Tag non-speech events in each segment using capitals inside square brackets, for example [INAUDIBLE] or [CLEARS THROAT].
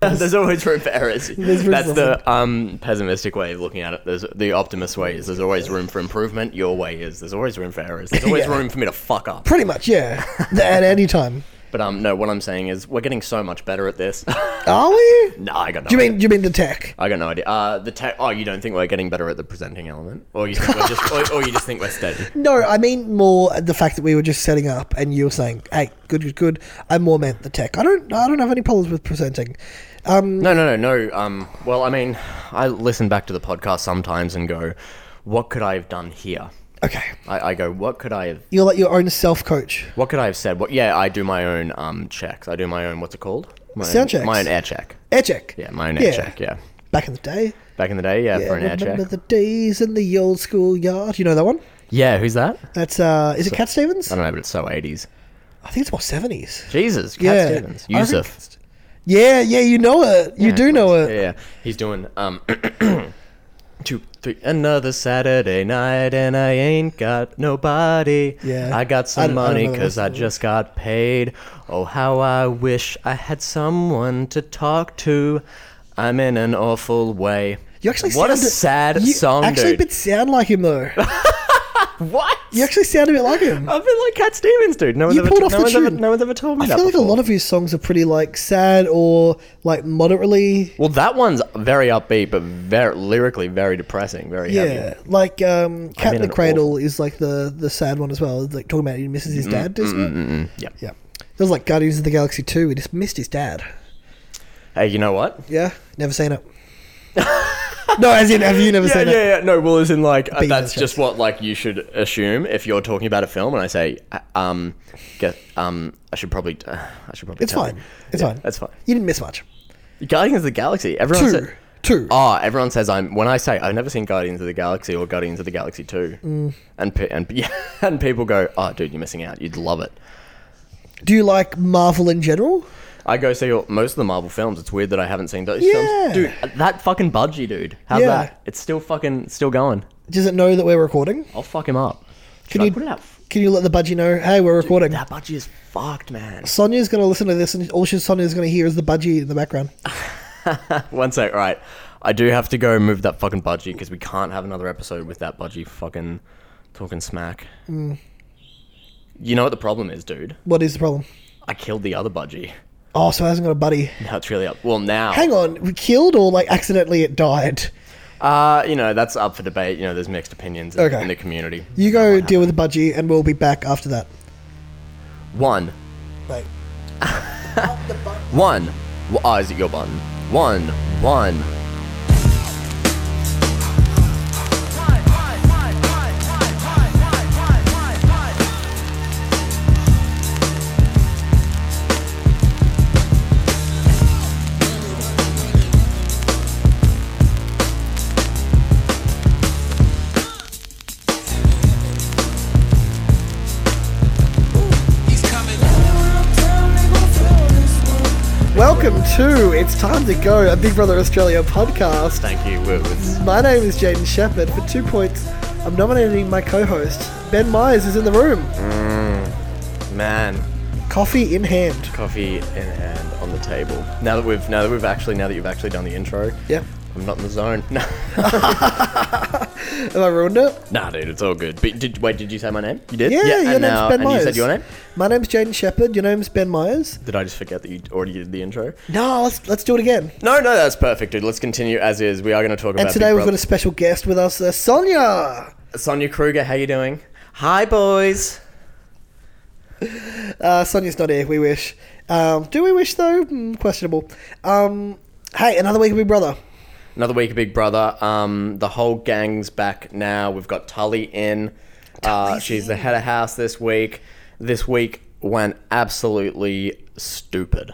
There's always room for errors. [LAUGHS] There's room That's for- the um, pessimistic way of looking at it. There's the optimist way is there's always room for improvement. Your way is there's always room for errors. There's always [LAUGHS] Yeah. room for me to fuck up. Pretty much, yeah. At any time. But um, no, what I'm saying is we're getting so much better at this. [LAUGHS] Are we? no, I got no. Do you idea. mean do you mean the tech? I got no idea. Uh, the tech. Oh, you don't think we're getting better at the presenting element, or you think we're just, or, or you just think we're [LAUGHS] steady? No, I mean more the fact that we were just setting up and you were saying, "Hey, good, good, good." I more meant the tech. I don't, I don't have any problems with presenting. Um, No, no, no, no. Um, well, I mean, I listen back to the podcast sometimes and go, "What could I have done here?" okay, I, I go, "What could I have? you're like your own self coach. What could I have said?" What? Yeah, I do my own um checks. I do my own. What's it called? My own- Sound checks. My own air check. Air check. Yeah, my own Yeah. air check. Yeah. Back in the day. Back in the day, yeah, Yeah, for an air check. remember the days in the old school yard. You know that one? yeah, who's that? I That's uh, is it Cat Stevens? don't know, but it's so eighties. I think it's more seventies. Jesus, Cat Yeah. Stevens, I reckon- Yusuf. Yeah, yeah, you know it. You do know it. Yeah, he's doing um [CLEARS THROAT] two three another Saturday night and I ain't got nobody. Yeah. I got I some don't- I don't money know the 'cause money cuz rest I of it. just got paid. Oh how I wish I had someone to talk to. I'm in an awful way. You actually What a sound- sad you song, Actually, dude. but sound like [LAUGHS] him though. what? You actually sound a bit like him. I've been like Cat Stevens, dude. No one's, You ever, pulled off no the one's ever tune. no one's ever told me I that. feel like a before. lot of his songs are pretty like sad or like moderately. Well, that one's very upbeat, but very lyrically very depressing, very Yeah, heavy. like um, "Cat I'm in in the an Cradle" is like the the sad one as well. It's like talking about he misses his dad, isn't it? Mm, Yeah. Yeah, it was like Guardians of the Galaxy two. He just missed his dad. Hey, you know what? Yeah, never seen it. no, as in, have you never Yeah, seen it? yeah, yeah. No, well, as in like uh, Being that's interested. just what like you should assume if you're talking about a film, and I say, uh, um, get, um, I should probably, uh, I should probably. It's tell fine. you. It's Yeah, fine. That's fine. You didn't miss much. Guardians of the Galaxy. Everyone Two, says. two. Oh, everyone says I'm. When I say I've never seen Guardians of the Galaxy or Guardians of the Galaxy Two, Mm. and pe- and [LAUGHS] yeah, and people go, "Oh, dude, you're missing out. You'd love it." Do you like Marvel in general? I go see all, most of the Marvel films. It's weird that I haven't seen those Yeah. films, dude. That fucking budgie, dude. How's Yeah. that? It's still fucking still going. Does it know that we're recording? I'll fuck him up. Should Can I you- put it out? Can you let the budgie know? Hey, we're recording. That budgie is fucked, man. Sonia's gonna listen to this, and all she's Sonia's gonna hear is the budgie in the background. [LAUGHS] One sec, all right. I do have to go move that fucking budgie because we can't have another episode with that budgie fucking talking smack. Mm. You know what the problem is, dude? What is the problem? I killed the other budgie. [LAUGHS] Oh, so it hasn't got a buddy. Now it's really up. Well, now. Hang on, we killed or like accidentally it died. Uh, you know, that's up for debate. You know, there's mixed opinions in, Okay. in the community. You go deal with the budgie, and we'll be back after that. One. [LAUGHS] Mate. One. W- Oh, is it your button? One. One. Welcome to It's Time to Go, a Big Brother Australia podcast. Thank you. It was- My name is Jaden Shepherd. For two points, I'm nominating my co host. Ben Myers is in the room, Man, coffee in hand. coffee in hand on the table. Now that we've now that we've actually now that you've actually done the intro. Yep. I'm not in the zone. [LAUGHS] No. Have I ruined it? Nah, dude, it's all good. But did wait? Did you say my name? You did. Yeah, your and name's now- Ben and Myers. you said your name. My name's Jaden Shepherd. Your name's Ben Myers. Did I just forget that you already did the intro? No, let's, let's do it again. No, no, that's perfect, dude. Let's continue as is. We are going to talk And about. today Big we've got Brother. a special guest with us, uh, Sonia. Sonia Kruger. How you doing? Hi, boys. Uh, Sonia's not here. We wish. Um, do we wish though? Mm, questionable. Um, hey, another week of Big Brother. Another week of Big Brother. Um, the whole gang's back now. We've got Tully in. Uh, she's the head of house this week. This week went absolutely stupid.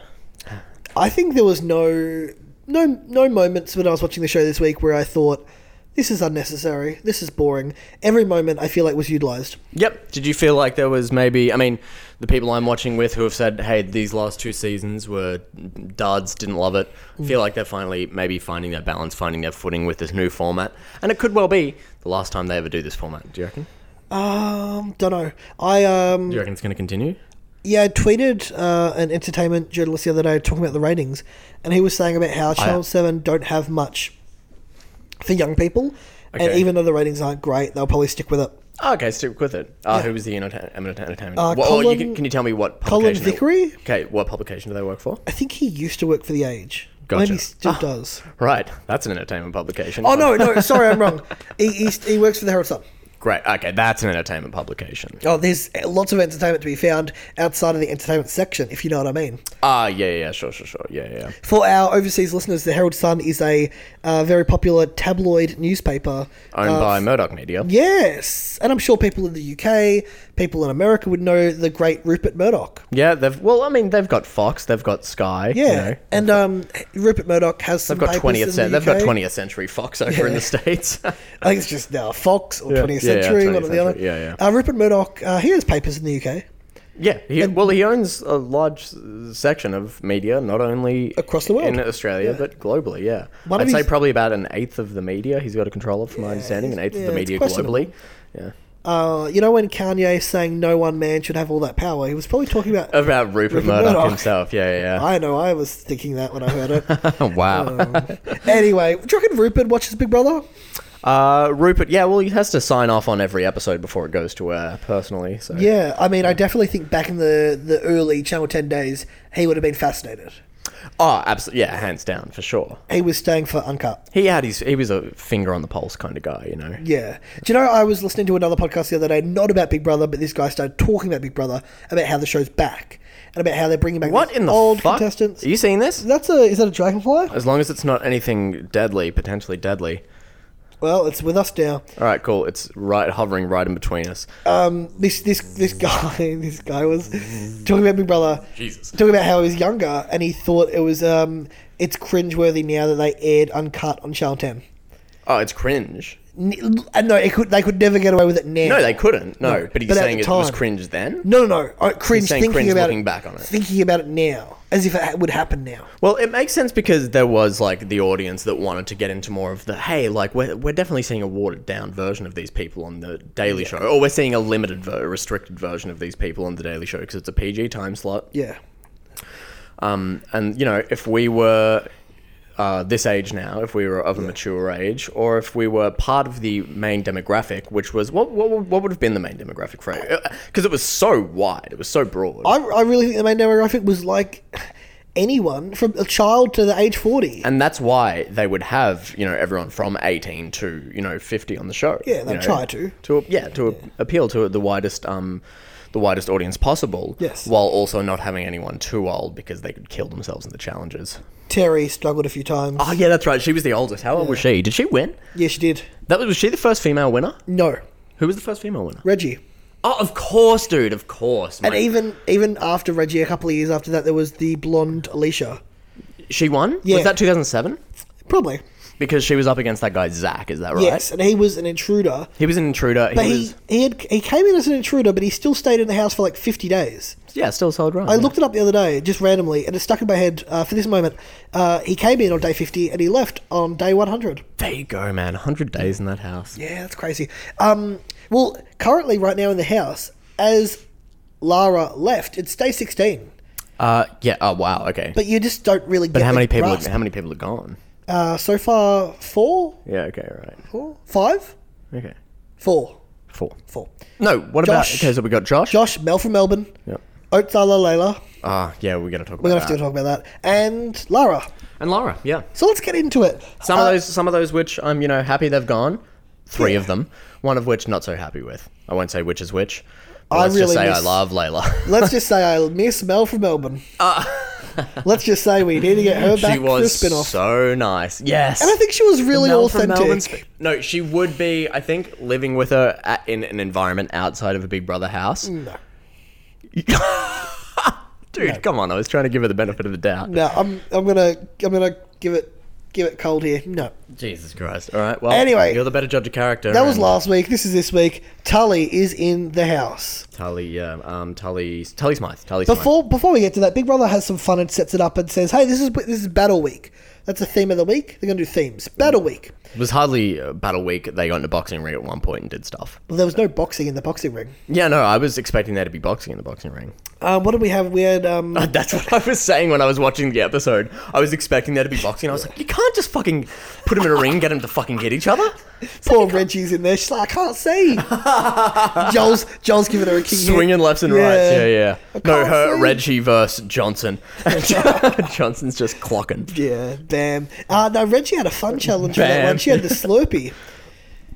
I think there was no no no moments when I was watching the show this week where I thought this is unnecessary. This is boring. Every moment I feel like was utilized. Yep. Did you feel like there was maybe? I mean, the people I'm watching with who have said, "Hey, these last two seasons were duds, didn't love it." Feel like they're finally maybe finding their balance, finding their footing with this new format, and it could well be the last time they ever do this format. Do you reckon? Um, don't know. I um Do you reckon it's going to continue? Yeah, I tweeted uh, an entertainment journalist the other day talking about the ratings, and he was saying about Oh, how Channel 7 don't have much for young people, and Okay. even though the ratings aren't great, they'll probably stick with it. Oh, okay, stick with it. Uh, Yeah. Who was the entertain- entertainment? Uh, well, you Colin- can, can you tell me what Colin publication? they- Vickery? okay, what publication do they work [LAUGHS] for? I think he used to work for The Age. Gotcha. Maybe he still Ah. does. Right, that's an entertainment publication. Oh, no, no, sorry, I'm wrong. He, he, he works for The Herald Sun. Great. Okay, that's an entertainment publication. Oh, there's lots of entertainment to be found outside of the entertainment section, if you know what I mean. Ah, yeah, yeah, yeah, sure, sure, sure. Yeah, yeah. For our overseas listeners, the Herald Sun is a uh, very popular tabloid newspaper. uh, Owned by Murdoch Media. Yes, and I'm sure people in the UK, people in America would know the great Rupert Murdoch. Yeah, they've. Well, I mean, they've got Fox, they've got Sky. Yeah, you know. and um, Rupert Murdoch has some. They've got papers in twentieth. the cent- they've got UK. twentieth century Fox over in the states. [LAUGHS] I think it's just now Fox or 20th yeah, yeah, Century, one 20th or the other. century, yeah, Uh, Rupert Murdoch, uh, he has papers in the UK yeah. He, well, he owns a large uh, section of media, not only Across the world. in Australia, but globally. Yeah, One of I'd say his- probably about an eighth of the media he's got a control of, from my understanding, an eighth yeah, of the it's media questionable. globally. Yeah. Uh, you know when Kanye is saying no one man should have all that power, he was probably talking about. About Rupert, Rupert Murdoch, Murdoch. himself. Yeah, I know, I was thinking that when [LAUGHS] I um, heard it. yeah. [LAUGHS] wow. [LAUGHS] anyway, do you reckon Rupert watches Big Brother? Uh, Rupert, yeah, well, he has to sign off on every episode before it goes to air, personally. So Yeah, I mean, I definitely think back in the, the early Channel 10 days, he would have been fascinated. oh, absolutely, yeah, hands down for sure. He was staying for Uncut. He had his, he was a finger on the pulse kind of guy, you know. Yeah. Do you know, I was listening to another podcast the other day, not about Big Brother, but this guy started talking about Big Brother, about how the show's back, and about how they're bringing back What these in the old fuck? contestants. Are you seeing this? That's a, is that a dragonfly? As long as it's not anything deadly, potentially deadly. Well, it's with us now. All right, cool. It's right hovering right in between us. um, this this this guy [LAUGHS] this guy was talking about Big Brother. Jesus. Talking about how he was younger and he thought it was um it's cringeworthy now that they aired uncut on Channel Ten. Oh, it's cringe. N- And no, it could they could never get away with it now. No, they couldn't. No, No, but he's but at saying the it was time- cringe then. no, no, no. Uh, cringe He's saying thinking cringe about looking it, back on it. thinking about it now, as if it ha- would happen now. Well, it makes sense because there was like the audience that wanted to get into more of the hey, like we're we're definitely seeing a watered down version of these people on the Daily Show, or we're seeing a limited, ver- restricted version of these people on the Daily Show because it's a PG time slot. Yeah, Um, and you know, if we were uh, this age now, if we were of a mature age, or if we were part of the main demographic, which was what what, would- what would have been the main demographic for because it was so wide, it was so broad. I, I really think the main demographic was like anyone from a child to the age forty. and that's why they would have you know everyone from 18 to you know 50 on the show Yeah, they you know, try to. to yeah to appeal to the widest um the widest audience possible Yes. while also not having anyone too old because they could kill themselves in the challenges Terry struggled a few times. oh yeah that's right she was the oldest how old was she did she win yeah, she did. that was was she the first female winner No, who was the first female winner Reggie. oh of course dude of course And mate. even even after Reggie, a couple of years after that, there was the blonde Alicia. she won Yeah. was that 2007 Probably. because she was up against that guy Zach is that right Yes, and he was an intruder. he was an intruder But he, he, was he, had, he came in as an intruder, but he still stayed in the house for like 50 days. yeah still solid run I yeah. looked it up the other day, just randomly, and it stuck in my head uh, for this moment. Uh, he came in on day 50 and he left on day 100. There you go, man. 100 days in that house. Yeah, that's crazy. Um, well, currently, right now in the house, as Lara left, it's day 16. Uh, yeah. Oh, wow. Okay. But, But you just don't really get how the many people? Are, grasp. how many people are gone? uh, so far, four? Yeah. Okay. Right. Four? Five? Okay. Four. Four. Four. No. What Josh. about? Okay. So we got Josh. Josh, Mel from Melbourne. Yep. Oats a la Layla. Ah, yeah. We're gonna talk We're about going to have to that. talk about that. And Lara. And Laura. Yeah. So let's get into it. Some Uh, of those. Some of those which I'm, you know, happy they've gone. Three of them. One of which not so happy with. I won't say which is which. but I let's just really say I miss- love Layla. [LAUGHS] Let's just say I miss Mel from Melbourne. let's just say we need to get her back Uh, she for the was spin off. so nice. Yes. and I think she was really Mel from Melbourne authentic. Sp- no, she would be. I think living with her at, in an environment outside of a Big Brother house. [LAUGHS] No. Dude, come on! I was trying to give her the benefit of the doubt. No, I'm I'm gonna I'm gonna give it give it cold here. No. Jesus Christ! All right. Well, Anyway. you're the better judge of character. That was and last week. This is this week. Tully is in the house. Tully. Yeah, um, Tully. Tully Smythe. Tully Smythe. Before before we get to that, Big Brother has some fun and sets it up and says, "Hey, this is this is battle week. That's a theme of the week. They're going to do themes. Battle week. It was hardly uh, Battle Week. They got into boxing ring at one point and did stuff. Well, there was no boxing in the boxing ring. Yeah, no, I was expecting there to be boxing in the boxing ring. [LAUGHS] Um, what did we have? We had um, That's what I was saying when I was watching the episode. I was expecting there to be boxing. I was like, you can't just fucking put them in a ring, get them to fucking hit each [LAUGHS] other. poor Reggie's in there. She's like, I can't see. [LAUGHS] Joel's Joel's giving her a king. hit. Swinging lefts and rights. Yeah, yeah. I No, can't her see. Reggie versus Johnson. [LAUGHS] Johnson's just clocking. Yeah, damn. Uh, no, Reggie had a fun challenge for that Bam. one. She had the Slurpee.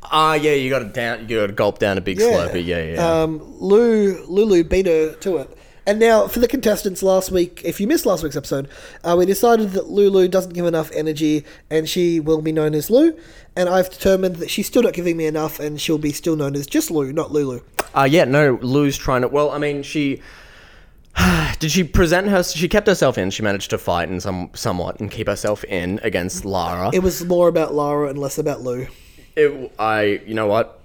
Ah, yeah, you got to down, you got to gulp down a big [LAUGHS] slurpee. Yeah, yeah. Um, Lou Lulu beat her to it. And now for the contestants last week, if you missed last week's episode, uh, we decided that Lulu doesn't give enough energy, and she will be known as Lou. And I've determined that she's still not giving me enough, and she'll be still known as just Lou, not Lulu. Uh, yeah, no, Lou's trying to. Well, I mean, she. [SIGHS] Did she present her? She kept herself in. She managed to fight and some somewhat and keep herself in against Lara. It was more about Lara and less about Lou. It, I, you know what?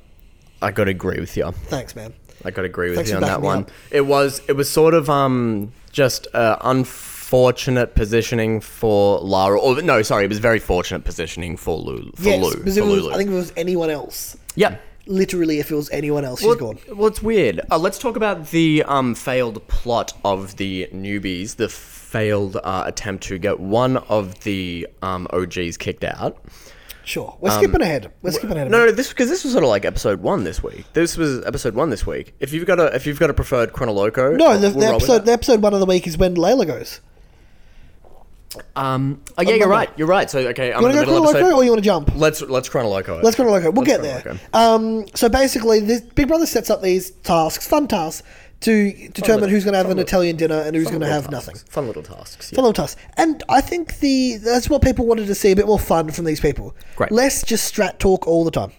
I got to agree with you. Thanks, man. I got to agree with Thanks you for on that backing me one. up. It was it was sort of um just uh, unfortunate positioning for Lara. Or no, sorry, it was very fortunate positioning for Lulu. For yes, Lulu. because For if it was- Lulu. I think if it was anyone else, yeah. literally, if it was anyone else, she's gone. Well, it's weird. Uh, let's talk about the um, failed plot of the newbies, the failed uh, attempt to get one of the um, OGs kicked out. Sure, we're skipping ahead. We're skipping ahead. a um, No, bit. no, this because this was sort of like episode one this week. This was episode one this week. If you've got a if you've got a preferred chronoloco, no, the, we'll the roll with episode the episode one of the week is when Layla goes. that. Um, oh, yeah, you're Monday. right. You're right. So okay, I'm You in want the to go middle of chronological episode. or you want to jump? Let's let's chronoloco. it. Let's go to Loco. We'll Let's get there. chronoloco. Um, so basically, this Big Brother sets up these tasks, fun tasks, to determine who's going to have an Italian dinner and who's going to Little have tasks. nothing. Fun little tasks. Yeah. Fun little tasks. And I think the that's what people wanted to see a bit more fun from these people. Great. Less just strat talk all the time.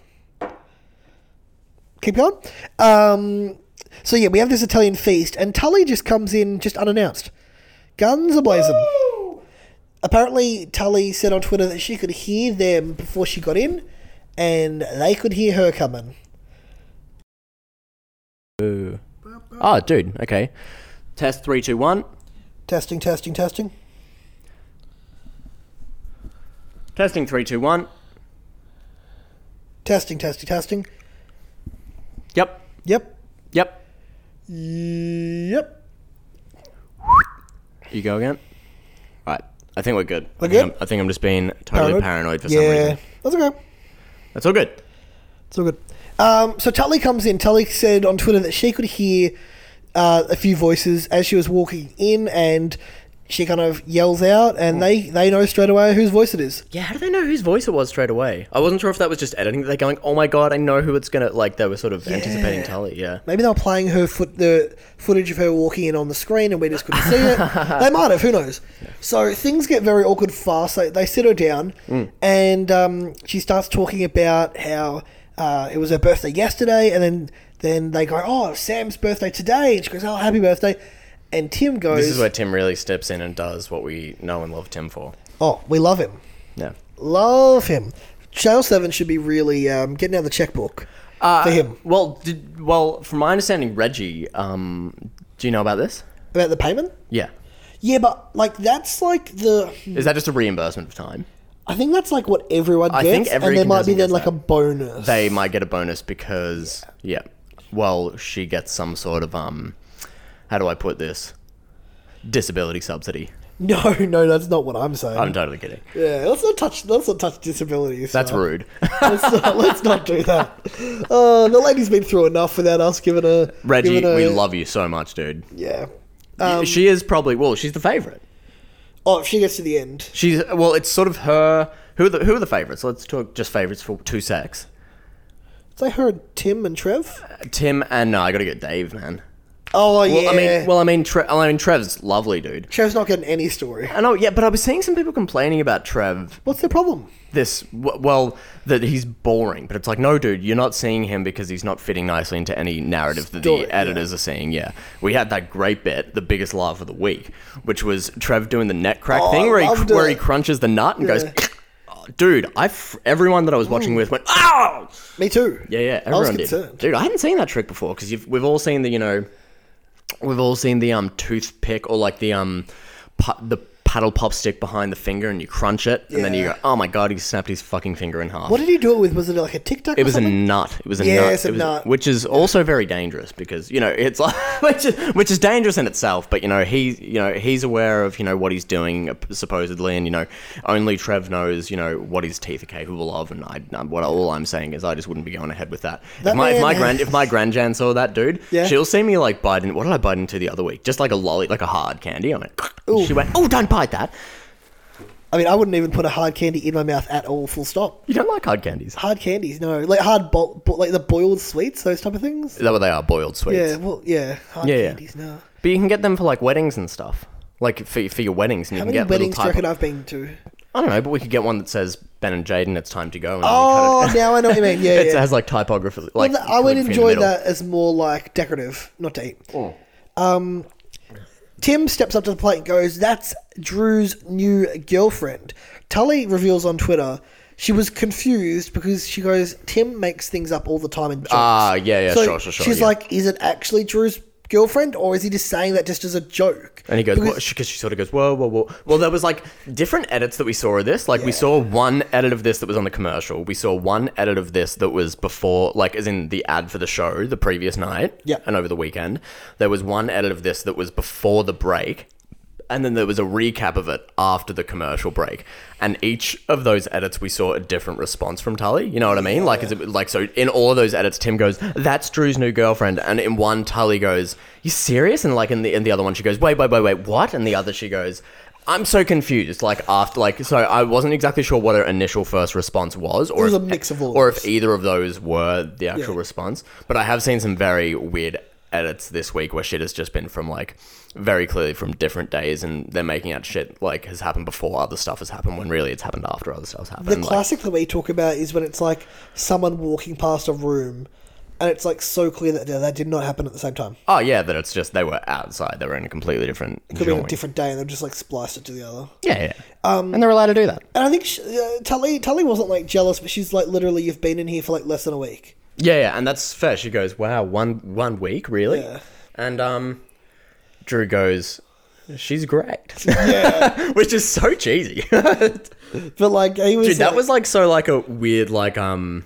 Keep going. Um, so yeah, we have this Italian feast, and Tully just comes in just unannounced, guns ablazing. Apparently, Tully said on Twitter that she could hear them before she got in, and they could hear her coming. Oh, dude. Okay. Test three, two, one. Testing, testing, testing. Testing three, two, one. Testing, testing, testing. Yep. Yep. Yep. Yep. You go again. All right. I think we're good. We're I think good? I'm- I think I'm just being totally paranoid, for some yeah. reason. That's okay. That's all good. It's all good. Um, so Tully comes in. Tully said on Twitter that she could hear uh, a few voices as she was walking in, and she kind of yells out, and they, they know straight away whose voice it is. Yeah, how do they know whose voice it was straight away? I wasn't sure if that was just editing. They're going, oh my god, I know who it's gonna like. They were sort of anticipating Tully. Yeah. Maybe they were playing her foot the footage of her walking in on the screen, and we just couldn't see [LAUGHS] it. they might have. Who knows? So things get very awkward fast. They, they sit her down, and um, she starts talking about how uh, it was her birthday yesterday, and then then they go, "Oh, Sam's birthday today," and she goes, "Oh, happy birthday." And Tim goes, This is where Tim really steps in and does what we know and love Tim for. "Oh, we love him, Yeah. love him." Channel Seven should be really um, getting out the checkbook for him Uh, Well, did, well, from my understanding, Reggie. Um, do you know about this? about the payment. Yeah. Yeah, but like that's like the Is that just a reimbursement of time? I think that's like what everyone gets, I think every and there might be contestant then gets like that. a bonus. They might get a bonus because yeah. Well, she gets some sort of um, how do I put this? Disability subsidy. [LAUGHS] no, no, that's not what I'm saying. I'm totally kidding. yeah, let's not touch. Let's not touch disabilities. That's uh, [LAUGHS] rude. Let's not, [LAUGHS] let's not do that. Uh, the lady's been through enough without us giving her. Reggie, giving her, we love you so much, dude. Yeah. she is probably well. She's the favorite. Oh, if she gets to the end, She's well. It's sort of her. Who are the who are the favorites? Let's talk just favorites for two secs. Uh, say her and Tim and Trev. Tim and no, I gotta get Dave, man. Oh Well, yeah. I mean, well, I mean, Tre- I mean, Trev's lovely, dude. Trev's not getting any story. I know, yeah, but I was seeing some people complaining about Trev. What's the problem? This, w- well, that he's boring, but it's like, no, dude, you're not seeing him because he's not fitting nicely into any narrative that Story, the editors are seeing. Yeah, we had that great bit, the biggest laugh of the week, which was Trev doing the neck crack Oh, thing, I where he loved where it. he crunches the nut and Yeah. Mm. goes, oh, [CLEARS THROAT] dude, I f- everyone that I was watching with went, ow. Me too. Yeah, yeah, I was everyone did. concerned. Dude, I hadn't seen that trick before because we've all seen the, you know, we've all seen the um toothpick or like the um pu- the paddle pop stick behind the finger and you crunch it, and then you Yeah. go, "Oh my god, he snapped his fucking finger in half." What did he do it with? Was it like a tic tac? It was a nut. It was a Yeah, nut. it's a It was- nut. which is also very dangerous because you know it's like [LAUGHS] which is, which is dangerous in itself. But you know he you know he's aware of you know what he's doing uh, supposedly, and you know only Trev knows you know what his teeth are capable of. And I um, what all I'm saying is I just wouldn't be going ahead with that. That if my if my man- grand if my grandjan saw that dude, Yeah. she'll see me like bite in. What did I bite into the other week? Just like a lolly, like a hard candy. I went. [LAUGHS] She went. Oh, don't bite that. I mean, I wouldn't even put a hard candy in my mouth at all. Full stop. You don't like hard candies. Hard candies, no, like hard, bo- bo- like the boiled sweets, those type of things. Is that what they are? Boiled sweets. Yeah, well, yeah, hard Yeah, yeah. candies, no. But you can get them for like weddings and stuff. Like for, for your weddings, and How you can many get little weddings do you type. reckon I've been to? I don't know, but we could get one that says Ben and Jaden, it's time to go. And then Oh, you cut it. now I know what [LAUGHS] you mean. Yeah, it Oh, yeah. has like typography. Like Well, I would calligraphy in the enjoy middle. Oh. that as more like decorative, not to eat. Um, Tim steps up to the plate and goes, That's Drew's new girlfriend. Tully reveals on Twitter she was confused because she goes, Tim makes things up all the time in jokes. Ah, yeah, yeah, So sure, sure, sure. She's yeah. like, Is it actually Drew's girlfriend or is he just saying that just as a joke? and he goes, Because- because she, 'cause she sort of goes, whoa, whoa, whoa. Well, there was like different edits that we saw of this. Like we saw one edit of this that was on the commercial. We saw one edit of this that was before, like as in the ad for the show the previous night. Yep. And over the weekend, there was one edit of this that was before the break. And then there was a recap of it after the commercial break, and each of those edits we saw a different response from Tully. You know what I mean? Like, is it, like so in all of those edits, Tim goes, "That's Drew's new girlfriend," and in one Tully goes, "You serious?" And like in the in the other one, she goes, "Wait, wait, wait, wait, what?" And the other she goes, "I'm so confused." Like after like so, I wasn't exactly sure what her initial first response was, or was if- a mix of all or those. if either of those were the actual Yeah. response. But I have seen some very weird edits this week where shit has just been from like very clearly from different days and they're making out shit like has happened before other stuff has happened when really it's happened after other stuff's happened. The like- classic that we talk about is when it's like someone walking past a room and it's like so clear that that did not happen at the same time. oh yeah, that it's just they were outside, they were in a completely different Could be on a joint. different day and they've just like spliced it to the other. Yeah, yeah. Um, and they're allowed to do that. And I think she, uh, Tully Tully wasn't like jealous, but she's like literally, you've been in here for like less than a week. Yeah, yeah, and that's fair. She goes, "Wow, one one week, really?" Yeah. And um, Drew goes, "She's great," [LAUGHS] which is so cheesy. [LAUGHS] But like he was, Dude, that like- was like so like a weird like um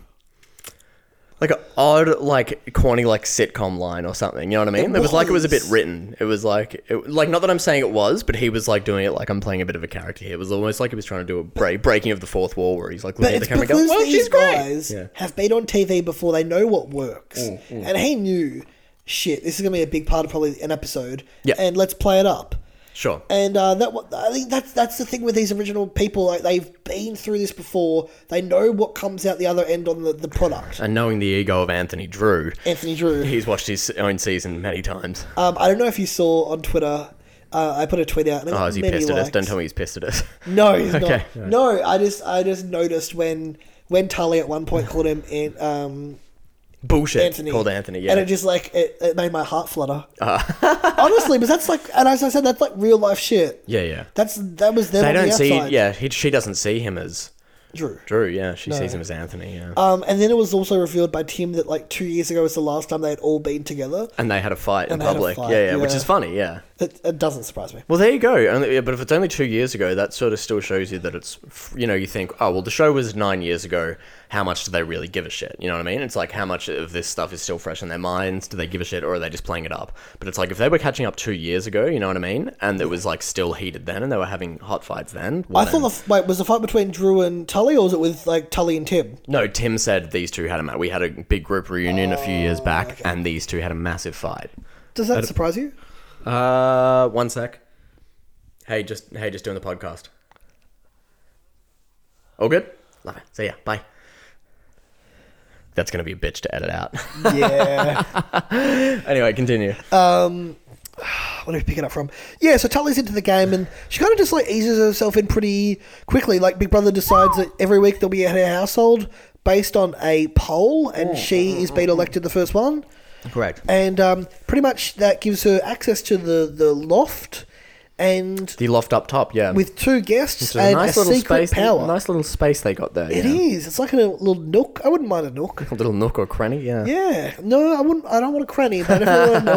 like a odd like corny like sitcom line or something. You know what I mean? It, It was. like it was a bit was. written. It was like it, like not that I'm saying it was, but he was like doing it like I'm playing a bit of a character here. It was almost like he was trying to do a break, breaking of the fourth wall where he's like But looking at it's the camera and because going, "Well, these she's great." guys Yeah. Mm, have been on TV before. They know what works, and he knew. Shit, this is gonna be a big part of probably an episode. Yeah. and let's play it up. Sure. And uh, that wa- I think that's that's the thing with these original people. Like they've been through this before. They know what comes out the other end on the, the product. And knowing the ego of Anthony Drew, Anthony Drew. he's watched his own season many times. Um, I don't know if you saw on Twitter. Uh, I put a tweet out. And it Oh, got is he many pissed at us? likes. Don't tell me he's pissed at us. [LAUGHS] No, he's Okay. not. No, I just I just noticed when when Tully at one point called him An- um, Bullshit. Anthony Called Anthony. Yeah. Ah. and it just like it, it made my heart flutter. [LAUGHS] Honestly, but that's like, and as I said, that's like real life shit. yeah, yeah. That's that was them. They on the don't see. outside. Yeah, he, she doesn't see him as Drew. Drew, yeah, she sees him as Anthony, yeah. Um, and then it was also revealed by Tim that like two years ago was the last time they had all been together. and they had a fight in they had a public, fight, yeah, yeah, which yeah. is funny, yeah. It, it doesn't surprise me. Well, there you go. Only, yeah, but if it's only two years ago, that sort of still shows you that it's, you know, you think, oh, well, the show was nine years ago. How much do they really give a shit? You know what I mean? It's like how much of this stuff is still fresh in their minds? Do they give a shit, or are they just playing it up? But it's like if they were catching up two years ago, you know what I mean? And it was like still heated then, and they were having hot fights then. well, I thought then- the f- wait was the fight between Drew and Tully, or was it with like Tully and Tim? No, Tim said these two had a ma- we had a big group reunion a few years Oh, back, and these two had a massive fight. Does that surprise you? Uh, one sec. Hey, just hey, just doing the podcast. All good. Love it. See ya. Bye. That's gonna be a bitch to edit out. [LAUGHS] Yeah. anyway, continue. Uh, What are we picking up from? Yeah, so Tully's into the game and she kind of just like eases herself in pretty quickly. Like Big Brother decides that every week they'll be at her household based on a poll, Oh. and she is being elected the first one. Correct. And um, pretty much that gives her access to the the loft, and The loft up top. Yeah. with two guests Which is a and nice a little secret space. power. Nice little space they got there. It yeah. is. It's like a little nook. I wouldn't mind a nook. A little nook or cranny. Yeah. Yeah. No, I wouldn't. I don't want a cranny, but [LAUGHS] I [LAUGHS] definitely want a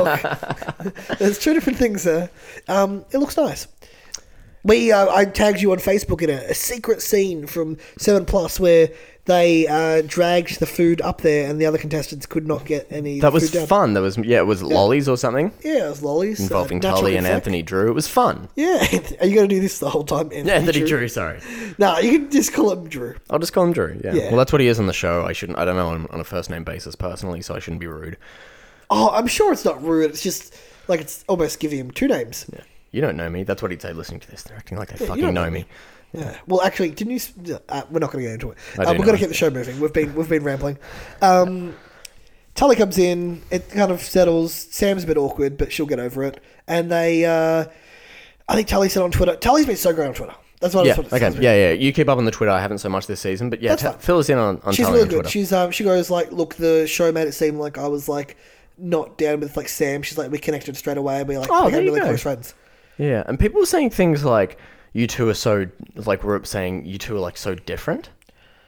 knock. There's two different things there. Um, it looks nice. We uh, I tagged you on Facebook in a, a secret scene from Seven Plus where they uh, dragged the food up there and the other contestants could not get any. That of the was food down. fun. That was yeah, it was lollies or something Yeah, it was lollies uh, involving natural Tully and effect. Anthony Drew. It was fun. Yeah, [LAUGHS] are you going to do this the whole time? Anthony Yeah, Anthony Drew. Sorry, No, you can just call him Drew. I'll just call him Drew. Yeah. Yeah. Well, that's what he is on the show. I shouldn't. I don't know him on a first name basis personally, so I shouldn't be rude. Oh, I'm sure it's not rude. It's just like it's almost giving him two names. Yeah. You don't know me. That's what he'd say listening to this. They're acting like they you fucking don't know know me. Well, actually, didn't you? s- Uh, we're not going to get into it. I Uh, do we're going know. to keep the show moving. We've been we've been rambling. Um, Tully comes in. It kind of settles. Sam's a bit awkward, but she'll get over it. And they, uh, I think Tully said on Twitter. Tully's been so great on Twitter. That's what I Yeah. just wanted to Okay. say. Yeah, yeah. You keep up on the Twitter. I haven't so much this season, but yeah, That's t- fine. fill us in on, on She's Tully really on good. Twitter. She's um, she goes like, look, the show made it seem like I was like not down with like Sam. She's like, we connected straight away. and We like, Oh, became there you really go. close friends. yeah, and people were saying things like, "You two are so like," we're saying, "You two are like so different."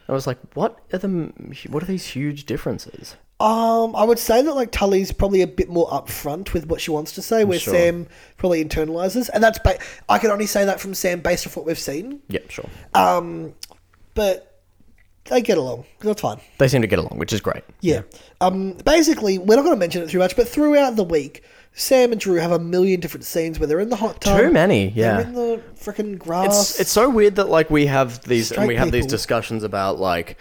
I was like, "What are the m- what are these huge differences?" Um, I would say that like Tully's probably a bit more upfront with what she wants to say, where Sure. Sam probably internalizes, and that's ba- I can only say that from Sam based off what we've seen. Yeah, sure. Um, but they get along. That's fine. They seem to get along, which is great. Yeah. Um, basically, we're not going to mention it too much, but throughout the week, Sam and Drew have a million different scenes where they're in the hot tub. Too many, yeah. They're in the freaking grass. It's it's so weird that like we have these and Straight we have these people. discussions about like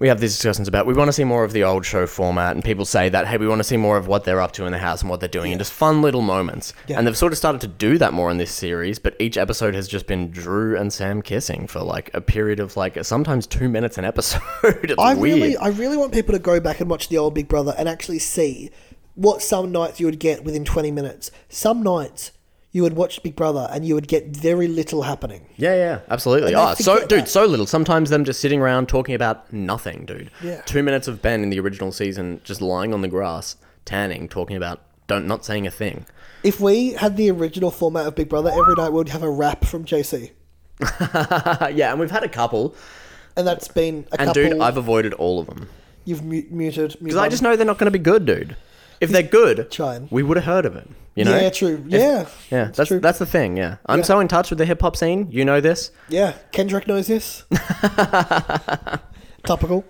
we have these discussions about we want to see more of the old show format and people say that hey we want to see more of what they're up to in the house and what they're doing and just fun little moments Yeah. and they've sort of started to do that more in this series but each episode has just been Drew and Sam kissing for like a period of like sometimes two minutes an episode [LAUGHS] it's I weird really, I really want people to go back and watch the old Big Brother and actually see what some nights you would get within 20 minutes. Some nights you would watch Big Brother and you would get very little happening. Yeah, yeah, absolutely. And they Oh, so, forget dude, that. so little. Sometimes them just sitting around talking about nothing, dude. Yeah. Two minutes of Ben in the original season just lying on the grass, tanning, talking about don't not saying a thing. [LAUGHS] If we had the original format of Big Brother, every night we would have a rap from JC. yeah, and we've had a couple, And that's been a and couple. dude, I've avoided all of them you've mu- muted. because I just know they're not going to be good, dude. If they're good, Trying. we would have heard of it. You know? Yeah, true. Yeah. Yeah, that's that's the thing. Yeah, I'm so in touch with the hip hop scene. You know this. Yeah, Kendrick knows [LAUGHS] this. Topical.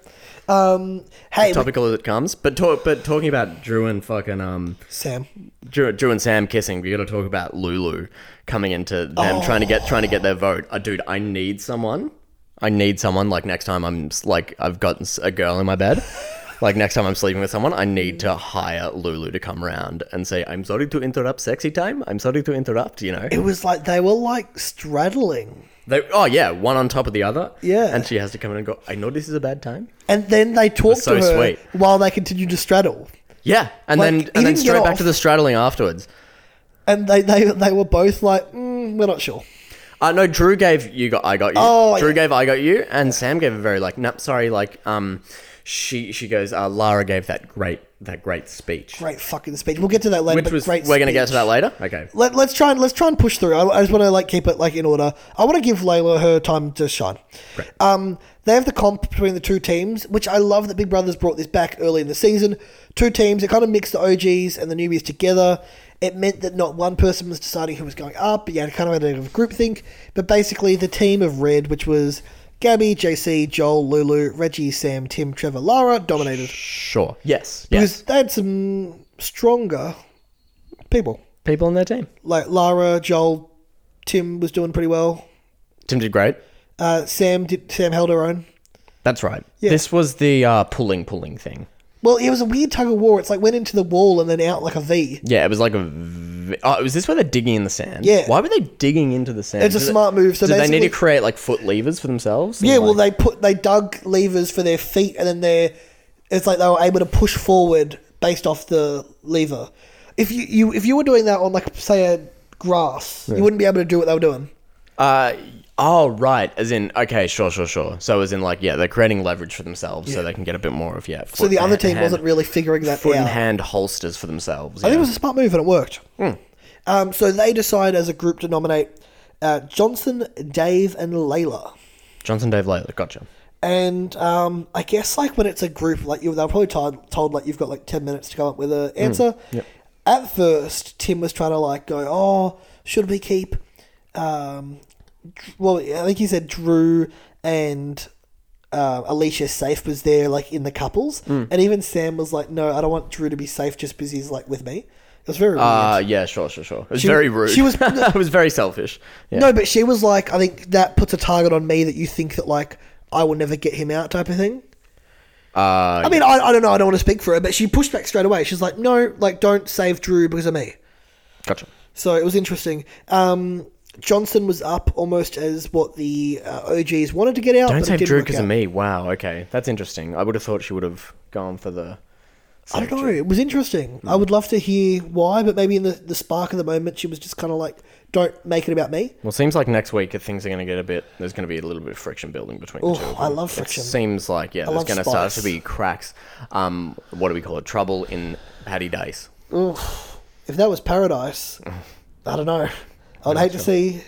Um, hey, Topical as it comes, but talk, but talking about Drew and fucking um Sam. Drew, Drew and Sam kissing. We got to talk about Lulu coming into them trying to get trying to get their vote. Uh, dude, I need someone. I need someone. Like next time I'm s- like I've got s- a girl in my bed. Like next time I'm sleeping with someone, I need to hire Lulu to come round and say, "I'm sorry to interrupt, sexy time. I'm sorry to interrupt." You know, It was like they were like straddling. they, oh yeah, one on top of the other. Yeah. and she has to come in and go. I know this is a bad time. And then they talked so to her sweet. while they continued to straddle. Yeah, and Like, then he and didn't then get straight back off. to the straddling afterwards. And they, they, they were both like, mm, we're not sure. Uh, no, Drew gave you got I got you. Oh, Drew yeah. gave I got you, and Sam gave a very like no, sorry, like um, she she goes. Uh, Lara gave that great that great speech, Great fucking speech. We'll get to that later. which but was great we're gonna get to speech. that later. Okay, Let, let's try and let's try and push through. I, I just want to like keep it like in order. I want to give Layla her time to shine. Great. Um, they have the comp between the two teams, which I love that Big Brother's brought this back early in the season. Two teams, it kind of mixed the OGs and the newbies together. It meant that not one person was deciding who was going up, but yeah, it kind of had a group think. But basically, the team of red, which was Gabby, JC, Joel, Lulu, Reggie, Sam, Tim, Trevor, Lara, dominated sure, yes, because yes, they had some stronger people people on their team. like Lara, Joel, Tim was doing pretty well. Tim did great. Uh, Sam did. Sam held her own. That's right. This was the uh, pulling pulling thing. Well, it was a weird tug of war. It's like went into the wall and then out like a V. Yeah, it was like a. v- Oh, was this where they're digging in the sand? Yeah. Why were they digging into the sand? It's a Did smart move, so did they need to basically- create like foot levers for themselves? Yeah. And, Well, like- they put they dug levers for their feet, and then they it's like they were able to push forward based off the lever. If you, you if you were doing that on like say a grass, you wouldn't be able to do what they were doing. Uh, oh, right. As in, okay, sure, sure, sure. So as in, like, yeah, they're creating leverage for themselves so they can get a bit more of yeah. So the other team wasn't really figuring that foot and out. hand holsters for themselves. I yeah. think it was a smart move and it worked. Um, so they decide as a group to nominate uh, Johnson, Dave, and Layla. Johnson Dave Layla. Gotcha. And um, I guess like when it's a group, like you, they were probably told, told like you've got like ten minutes to come up with an answer. At first, Tim was trying to like go, oh, should we keep um, Dr- well, I think he said Drew and uh, Alicia Safe was there, like in the couples, and even Sam was like, "No, I don't want Drew to be safe just because he's like with me." It was very weird. Uh, yeah, sure, sure, sure. It was very rude. she was- [LAUGHS] it was very selfish. Yeah. No, but she was like, I think that puts a target on me that you think that like I will never get him out type of thing. Uh, I mean, I, I don't know, I don't want to speak for her, but she pushed back straight away. She's like, no, like don't save Drew because of me. gotcha. So it was interesting. Um, Johnson was up almost as what the uh, OGs wanted to get out. Don't but it save didn't Drew work because out. of me. Wow. Okay, that's interesting. I would have thought she would have gone for the. I don't know. It was interesting. Hmm. I would love to hear why, but maybe in the, the spark of the moment, she was just kind of like, don't make it about me. Well, seems like next week if things are going to get a bit. There's going to be a little bit of friction building between Oh, the two. of I them. love It friction. seems like yeah, there's love going to start spice. to be cracks. Um, what do we call it? Trouble in Patty Dice. If that [LAUGHS] was paradise, I don't know. I would hate to see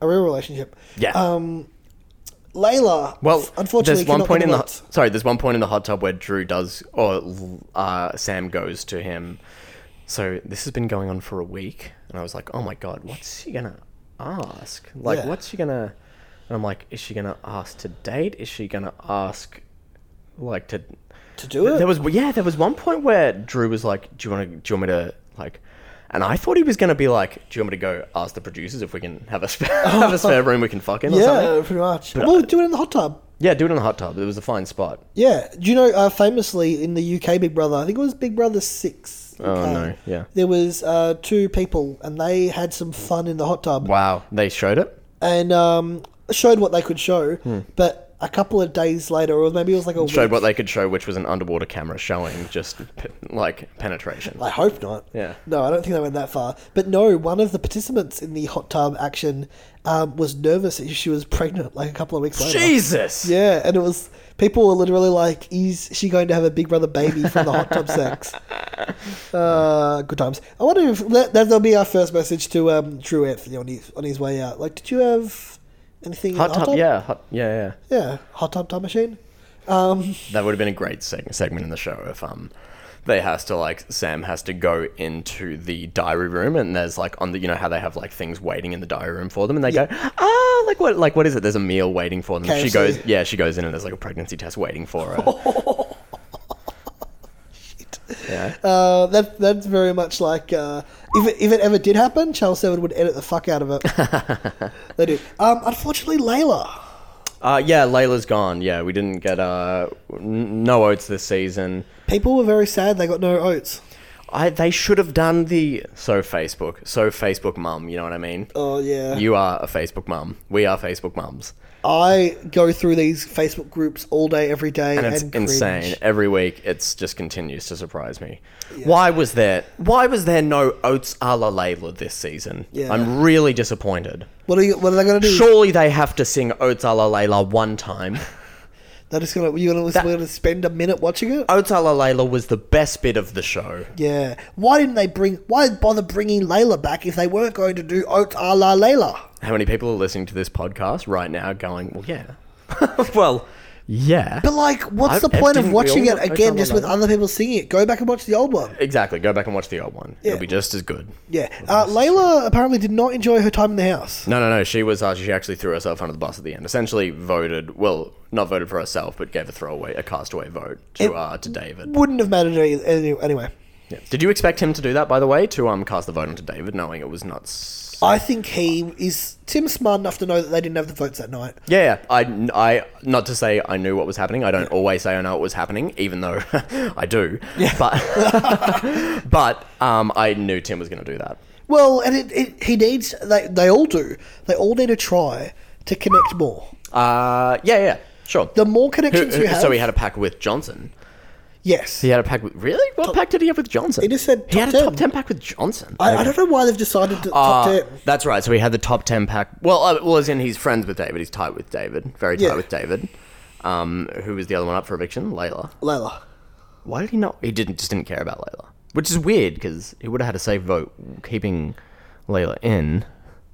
a real relationship. Yeah. Um, Layla. Well, f- unfortunately, there's one cannot point get in the votes. sorry, there's one point in the hot tub where Drew does or uh, Sam goes to him. So this has been going on for a week, and I was like, oh my god, what's she gonna ask? Like, Yeah. what's she gonna? And I'm like, is she gonna ask to date? Is she gonna ask, like to? to do it. There was yeah, there was one point where Drew was like, do you want to? Do you want me to like? And I thought he was gonna be like, do you want me to go ask the producers if we can have a spare, [LAUGHS] have a spare room we can fuck in or yeah, something? pretty much. Oh, well, do it in the hot tub. Yeah, do it in the hot tub. It was a fine spot. Yeah. Do you know, uh, famously in the UK Big Brother, I think it was Big Brother 6. Oh, UK, no, yeah. There was uh, two people and they had some fun in the hot tub Wow, they showed it. and um, showed what they could show, but a couple of days later, or maybe it was like a Hmm. Showed week. what they could show, which was an underwater camera showing just [LAUGHS] pe- like penetration. I hope not. Yeah. No, I don't think they went that far. But no, one of the participants in the hot tub action um, was nervous that she was pregnant like a couple of weeks later. Jesus. Yeah, and it was people were literally like, "Is she going to have a big brother baby from the hot [LAUGHS] tub sex?" Uh, good times. I wonder if that, that'll be our first message to um, Drew Anthony on his on his way out. Like, did you have anything Hot in the hot tub, yeah, hot, yeah, yeah. yeah, hot tub time machine. Um, That would have been a great seg- segment in the show if um, they has to like Sam has to go into the diary room and there's like on the you know how they have like things waiting in the diary room for them and they go ah like what like what is it? There's a meal waiting for them. She KFC. goes yeah, she goes in and there's like a pregnancy test waiting for her. Yeah. uh, that that's very much like uh, if it, if it ever did happen, Channel Seven would edit the fuck out of it. [LAUGHS] they do. Um, unfortunately, Layla. Uh, yeah, Layla's gone. Yeah, we didn't get uh, n- no oats this season. People were very sad they got no oats. I they should have done the so Facebook, so Facebook mum. You know what I mean? Oh yeah. You are a Facebook mum. We are Facebook mums, I go through these Facebook groups all day, every day, and and, it's cringe. insane. Every week, it's just continues to surprise me. Why was there? Why was there no oats a la Layla this season? Yeah. I'm really disappointed. What are you? What are they gonna do? Surely they have to sing oats a la Layla one [LAUGHS] time. They're just gonna. You're gonna, we're gonna spend a minute watching it. oats a la Layla was the best bit of the show. yeah. Why didn't they bring? Why bother bringing Layla back if they weren't going to do oats a la Layla? How many people are listening to this podcast right now? Going, well, yeah. [LAUGHS] well, yeah. But like, what's I- the I- point of didn't we watching all it watch again Oats a just la with Layla? other people singing it? Go back and watch the old one. Exactly. Go back and watch the old one. Yeah. It'll be just as good. Yeah. Uh, Layla apparently did not enjoy her time in the house. No, no, no. She was. Uh, she actually threw herself under the bus at the end. Essentially, voted. Well, not voted for herself, but gave a throwaway, a castaway vote to uh, to David. Wouldn't have mattered any, any, anyway. Yeah. Did you expect him to do that, by the way, to um cast the vote onto David, knowing it was not? S- I think he is Tim's smart enough to know that they didn't have the votes that night. yeah, yeah. I, I, not to say I knew what was happening. I don't always say I know what was happening, even though [LAUGHS] I do. Yeah. But, [LAUGHS] but um, I knew Tim was going to do that. Well, and it, it he needs they they all do. They all need to try to connect more. Uh, yeah, yeah, sure. The more Who- connections you who- uh, have, So he had a pack with Johnson. yes. He had a pack with really? What pack did he have with Johnson? He just said he top had 10. a top ten pack with Johnson. I, I don't know why they've decided to top Uh, ten. that's right. So he had the top ten pack. Well, uh, well, as in he's friends with David. He's tight with David. Very tight Yeah. with David. Um, who was the other one up for eviction? Layla. Layla. Why did he not? He didn't just didn't care about Layla, which is weird because he would have had a safe vote keeping Layla in.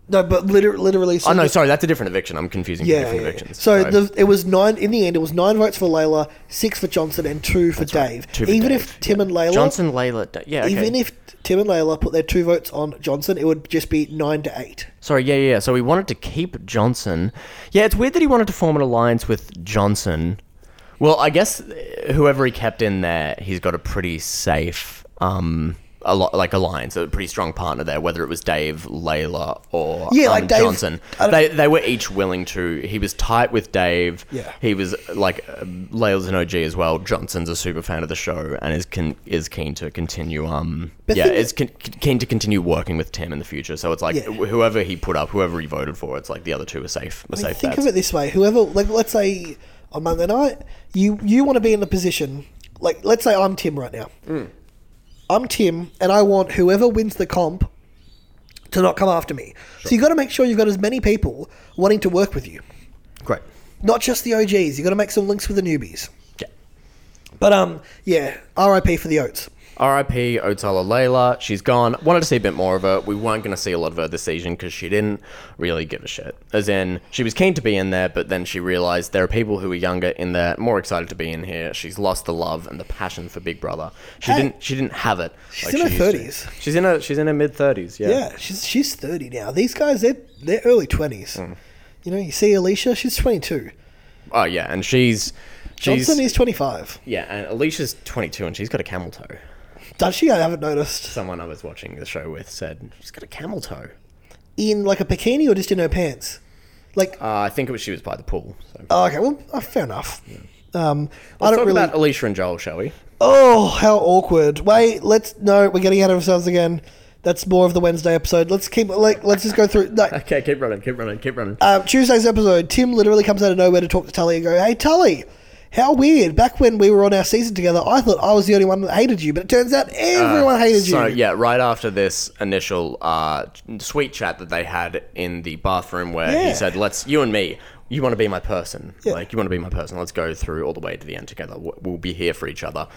No, but literally, literally. So Oh no, the- sorry, that's a different eviction. I'm confusing two Yeah, different yeah, yeah. evictions. So Sorry. the, it was nine in the end. It was nine votes for Layla, six for Johnson, and two for Dave. Two for even Dave, if Tim and Layla, Johnson Layla, da- yeah, okay. even if Tim and Layla put their two votes on Johnson, it would just be nine to eight. Sorry, yeah, yeah. yeah. So he wanted to keep Johnson. Yeah, it's weird that he wanted to form an alliance with Johnson. Well, I guess uh, whoever he kept in there, he's got a pretty safe, um, a lot like alliance, a pretty strong partner there. Whether it was Dave, Layla, or Yeah, um, like Dave- Johnson, I don't- they they were each willing to. He was tight with Dave. Yeah. he was like uh, Layla's an OG as well. Johnson's a super fan of the show and is can is keen to continue. Um, But yeah, think- is con- keen to continue working with Tim in the future. So it's like Yeah. wh- whoever he put up, whoever he voted for, it's like the other two are safe. Were I mean, safe think bets. of it this way: whoever, like, let's say on Monday night, you you want to be in the position, like, let's say I'm Tim right now. I'm Tim, and I want whoever wins the comp to not come after me. So you got to make sure you've got as many people wanting to work with you, Great. not just the OGs. You got to make some links with the newbies. Yeah. But um, yeah, R.I.P. for the Oats. R.I.P. Otala Layla. She's gone. Wanted to see a bit more of her. We weren't going to see a lot of her this season because she didn't really give a shit. As in, she was keen to be in there, but then she realized there are people who are younger in there, more excited to be in here. She's lost the love and the passion for Big Brother. She Hey. didn't. She didn't have it. She's in her used to. 30s. She's in her. She's in her mid thirties. Yeah. Yeah, she's she's thirty now. These guys, they're they're early twenties. Mm. You know, you see Alicia, she's twenty two. Oh yeah, and she's. She's, Johnson is twenty five. Yeah, and Alicia's 22 and she's got a camel toe. Does she? I haven't noticed. Someone I was watching the show with said she's got a camel toe. In like a bikini or just in her pants? Like, Uh, I think it was she was by the pool. So. oh, okay, well, oh, fair enough. Let's Um, I don't talk really. about Alicia and Joel, shall we? oh, how awkward. Wait, let's. No, we're getting out of ourselves again. That's more of the Wednesday episode. Let's keep. Like, let's just go through. [LAUGHS] Like, Okay, keep running, keep running, keep running. um, Tuesday's episode, Tim literally comes out of nowhere to talk to Tully and go, "Hey, Tully." How weird! Back when we were on our season together, I thought I was the only one that hated you, but it turns out everyone hated you. Uh, So yeah, right after this initial uh, sweet chat that they had in the bathroom, where Yeah. he said, "Let's you and me. You want to be my person? Like you want to be my person? Let's go through all the way to the end together. W- We'll be here for each other."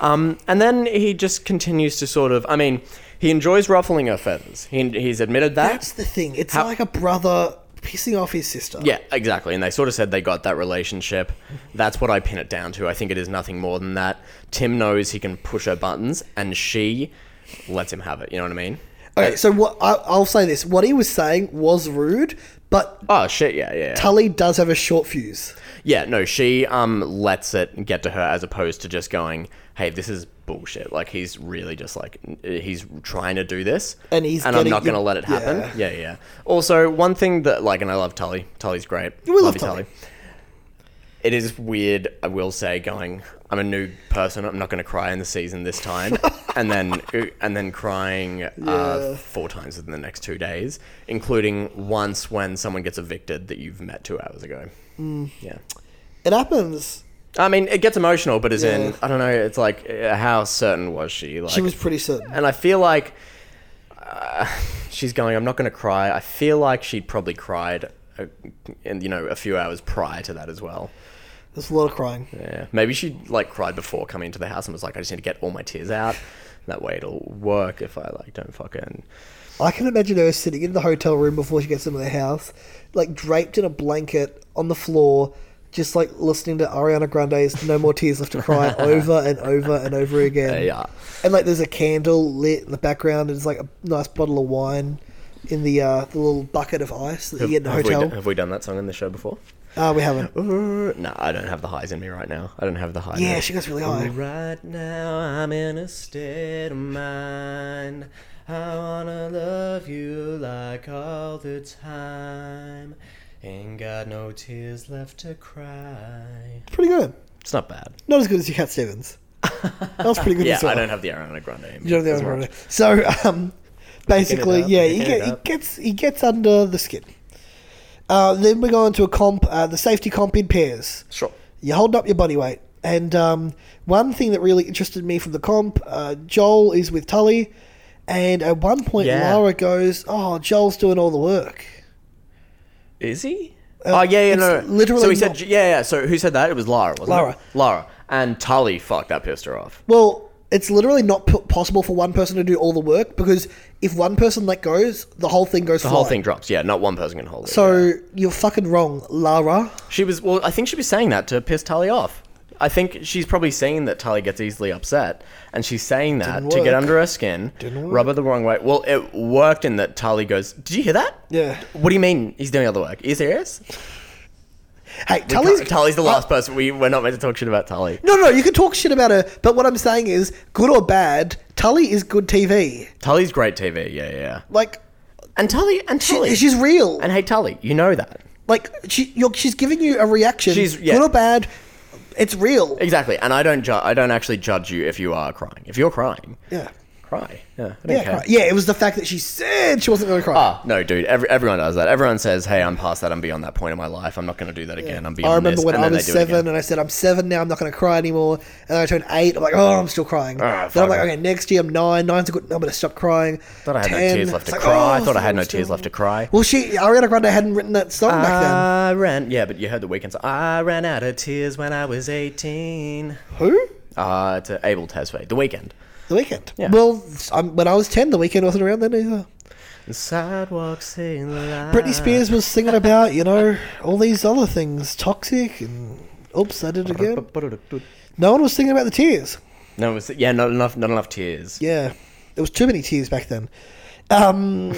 Um, and then he just continues to sort of. I mean, he enjoys ruffling her feathers. He, he's admitted that. That's the thing. It's like a brother pissing off his sister. Yeah, exactly. And they sort of said they got that relationship. That's what I pin it down to. I think it is nothing more than that. Tim knows he can push her buttons, and she lets him have it. You know what I mean? Okay, so what I, I'll say this: what he was saying was rude, but Oh shit! Yeah, yeah, yeah. Tully does have a short fuse. yeah. No, she um lets it get to her as opposed to just going, "Hey, this is bullshit." Like he's really just like he's trying to do this, And he's and getting- I'm not gonna let it happen. yeah. Yeah. yeah, Also, one thing that like, and I love Tully. Tully's great. We love Tully. It is weird, I will say, going. I'm a new person. I'm not going to cry in the season this [LAUGHS] time, and then uh, and then crying uh, four times within the next two days, including once when someone gets evicted that you've met two hours ago. Mm. Yeah, It happens. I mean, it gets emotional, but as Yeah. in, I don't know. It's like, uh, how certain was she? Like, She was pretty certain. and I feel like uh, she's going. I'm not going to cry. I feel like she'd probably cried, uh, in you know, a few hours prior to that as well. There's a lot of crying. Yeah, maybe she like cried before coming into the house and was like, I just need to get all my tears out. That way it'll work if I like don't fucking. I can imagine her sitting in the hotel room before she gets into the house, like draped in a blanket on the floor, just like listening to Ariana Grande's "No More Tears Left [LAUGHS] to Cry" over and over and over again. uh, Yeah. And like, there's a candle lit in the background, and it's like a nice bottle of wine in the uh, the little bucket of ice that you get in the have, we, hotel. d- have we done that song in the show before? Ah, we haven't. Ooh, no, Uh, I don't have the highs in me right now. I don't have the highs. Yeah, she goes really high. Right now, I'm in a state of mind. I wanna love you like all the time. Ain't got no tears left to cry. Pretty good. It's not bad. Not as good as your Cat Stevens. That was pretty [LAUGHS] good Yeah, as well. I don't have the Ariana Grande. in me You don't as have much. the So, um, basically, up, yeah, picking he, it get, he up. gets he gets under the skin. Uh, then we go on to a comp, uh, the safety comp in pairs. Sure. You hold up your body weight, and um, one thing that really interested me from the comp, uh, Joel is with Tully, and at one point Yeah. Lara goes, "Oh, Joel's doing all the work." Is he? oh yeah, yeah, Uh, it's no, no. literally So he not- said, yeah, yeah. So who said that? It was Lara, wasn't Lara. it? Lara. And Tully, fuck, that pissed her off. Well, it's literally not p- possible for one person to do all the work because if one person let goes, the whole thing goes The whole thing drops. Yeah, not one person can hold it. So you're fucking wrong, Lara. She was well. I think she was saying that to piss Tali off. I think she's probably seeing that Tali gets easily upset, and she's saying that Didn't to get work. under her skin, Didn't work. rub her the wrong way. Well, it worked in that Tali goes, "Did you hear that? Yeah. What do you mean he's doing other work? Are you serious? Hey, We can't- Tully's Tully's the last person. We we're not meant to talk shit about Tully. Oh. No, no, you can talk shit about her, but what I'm saying is, good or bad, Tully is good TV. Tully's great TV. Yeah, yeah. Like, And Tully and Tully. she, she's real. and hey, Tully, you know that like, she, you're, she's giving you a reaction. She's- yeah. Good or bad, it's real. exactly. And I don't ju- I don't actually judge you if you are crying. If you're crying, Yeah. cry. Yeah, I don't Yeah, care. cry. yeah, it was the fact that she said she wasn't going to cry. Ah, no, dude. Every, everyone does that. Everyone says, "Hey, I'm past that. I'm beyond that point in my life. I'm not going to do that again. I'm beyond." I remember this," when and I then they was do it again. seven and I said, I'm seven now, I'm not going to cry anymore. And then I turned eight, I'm like, oh, I'm still crying. Ah, then I'm fuck like, it. okay, next year I'm nine, nine's a good number to stop crying. Thought I had no 10, tears left it's to cry. I oh, thought I had I'm no tears left to cry. Well, she, Ariana Grande hadn't written that song back then. I ran. Yeah, but you heard the weekend. I ran out of tears when I was 18. Who? Uh, it's uh, Abel Tesfaye. The weekend. The weekend. Yeah. Well, i when I was 10, the weekend wasn't around then either. The sidewalks in the light. Britney Spears was singing about, you know, all these other things, toxic and oops, I did it again. No one was singing about the tears. No, it was, yeah, not enough. Not enough tears. Yeah, there was too many tears back then. [LAUGHS] Um,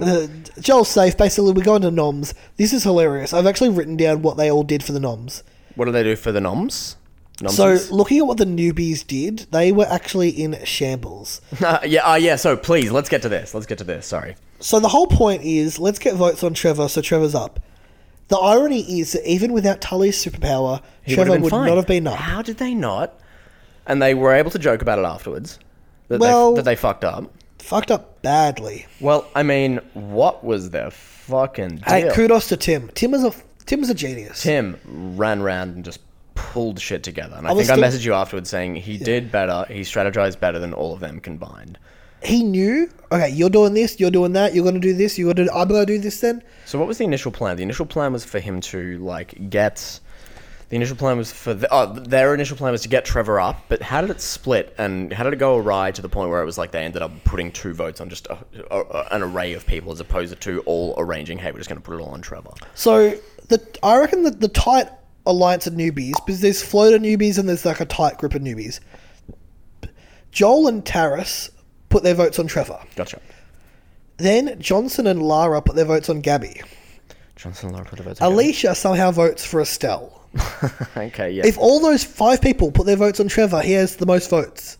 uh, Joel's safe. Basically, we're going to noms. This is hilarious. I've actually written down what they all did for the noms. What do they do for the noms? [LAUGHS] So, Nonsense? looking at what the newbies did, they were actually in shambles. yeah, uh, yeah. So please, let's get to this. Let's get to this. Sorry. So the whole point is let's get votes on Trevor so Trevor's up. The irony is that even without Tully's superpower, He Trevor would've been would fine. not have been up. How did they not? And they were able to joke about it afterwards. That Well- they, that they fucked up. Fucked up badly. Well, I mean, what was their fucking deal? Hey, kudos to Tim. Tim is a Tim is a genius. Tim ran round and just pulled shit together. And I, was think I still- messaged you afterwards saying he did better. He strategized better than all of them combined. He knew. Okay, you're doing this. You're doing that. You're going to do this. You're going to. I'm going to do this. Then So what was the initial plan? The initial plan was for him to like get. The initial plan was for the, oh, their initial plan was to get Trevor up, but how did it split and how did it go awry to the point where it was like they ended up putting two votes on just a, a, a- an array of people as opposed to two all arranging, hey, we're just going to put it all on Trevor. So the I reckon that the tight alliance of newbies, because there's floater newbies and there's like a tight group of newbies. Joel and Taris put their votes on Trevor. Gotcha. Then Johnson and Lara put their votes on Gabby. Johnson Laura put a vote. Alicia somehow votes for Estelle. [LAUGHS] okay, yeah. If all those five people put their votes on Trevor, he has the most votes.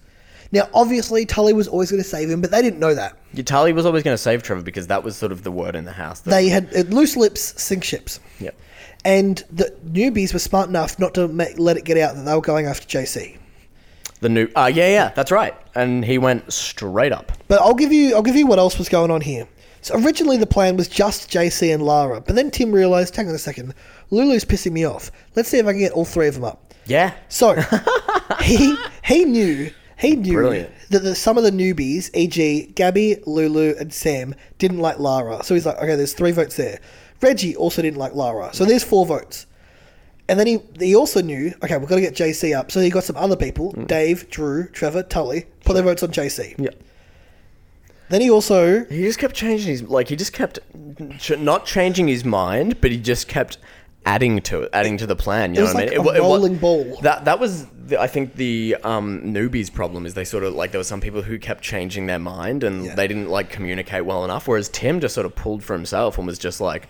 Now, obviously, Tully was always going to save him, but they didn't know that. Yatali was always going to save Trevor because that was sort of the word in the house. That, They had uh, loose lips, sink ships. Yep. And the newbies were smart enough not to make, let it get out that they were going after JC. The new. Uh, yeah, yeah, that's right. And he went straight up. But I'll give you I'll give you what else was going on here. So originally the plan was just JC and Lara, but then Tim realised, hang on a second, Lulu's pissing me off. Let's see if I can get all three of them up. Yeah. [LAUGHS] So he he knew he knew Brilliant. that the, some of the newbies, e.g., Gabby, Lulu, and Sam, didn't like Lara. So he's like, okay, there's three votes there. Reggie also didn't like Lara, so there's four votes. And then he he also knew, okay, we've got to get JC up. So he got some other people, Dave, Drew, Trevor, Tully, put their votes on JC. Mm. Yeah. Then he also He just kept changing his like he just kept ch- not changing his mind, but he just kept adding to it, adding to the plan. You It know was what I like mean? a wa- wa- rolling ball. That that was the, I think the um, newbies' problem is they sort of like there were some people who kept changing their mind and they didn't like communicate well enough. Whereas Tim just sort of pulled for himself and was just like.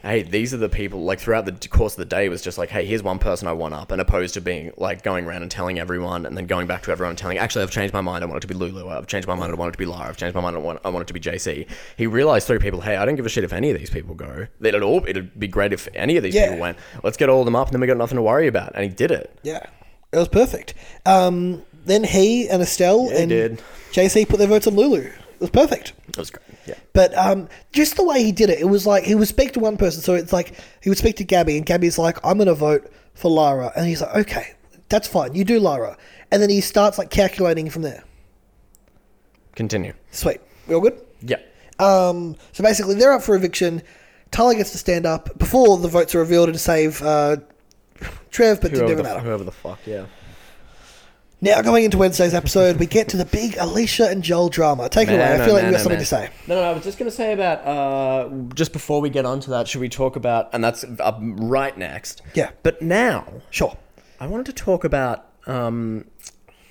Hey, these are the people. Like throughout the d- course of the day, it was just like, hey, here's one person I want up, and opposed to being like going around and telling everyone, and then going back to everyone and telling, actually, I've changed my mind. I want it to be Lulu. I've changed my mind. I want it to be Lara. I've changed my mind. I want, I want it to be JC. He realized through people, hey, I don't give a shit if any of these people go. That it all. It'd be great if any of these Yeah. people went. Let's get all of them up, and then we got nothing to worry about. And he did it. Yeah, it was perfect. Um, then he and Estelle he and did. JC put their votes on Lulu. It was perfect. That was great. Yeah. But um, just the way he did it, it was like he would speak to one person. So it's like he would speak to Gabby, and Gabby's like, "I'm going to vote for Lara," and he's like, "Okay, that's fine. You do Lara." And then he starts like calculating from there. Continue. Sweet, we all good. Yeah. Um, so basically, they're up for eviction. Tully gets to stand up before the votes are revealed and save uh, Trev, but it Whoever didn't the, matter. whoever the fuck. Yeah. Now, going into Wednesday's episode, we get to the big Alicia and Joel drama. Take it away. I feel like you've got something to say. No, no, I was just going to say about uh, just before we get onto that, should we talk about, and that's up right next. Yeah. But now, Sure. I wanted to talk about um,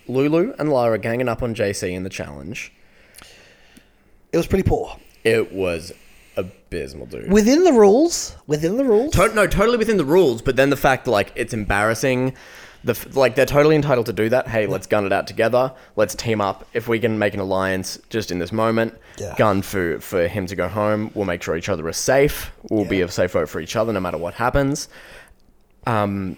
Lulu and Lara ganging up on JC in the challenge. It was pretty poor. It was abysmal, dude. Within the rules, within the rules, To- no, totally within the rules, but then the fact that, like it's embarrassing. The f- like they're totally entitled to do that. Hey, let's gun it out together. Let's team up. If we can make an alliance just in this moment, Yeah. gun for for him to go home. We'll make sure each other is safe. We'll be Yeah. a safe vote for each other no matter what happens. Um,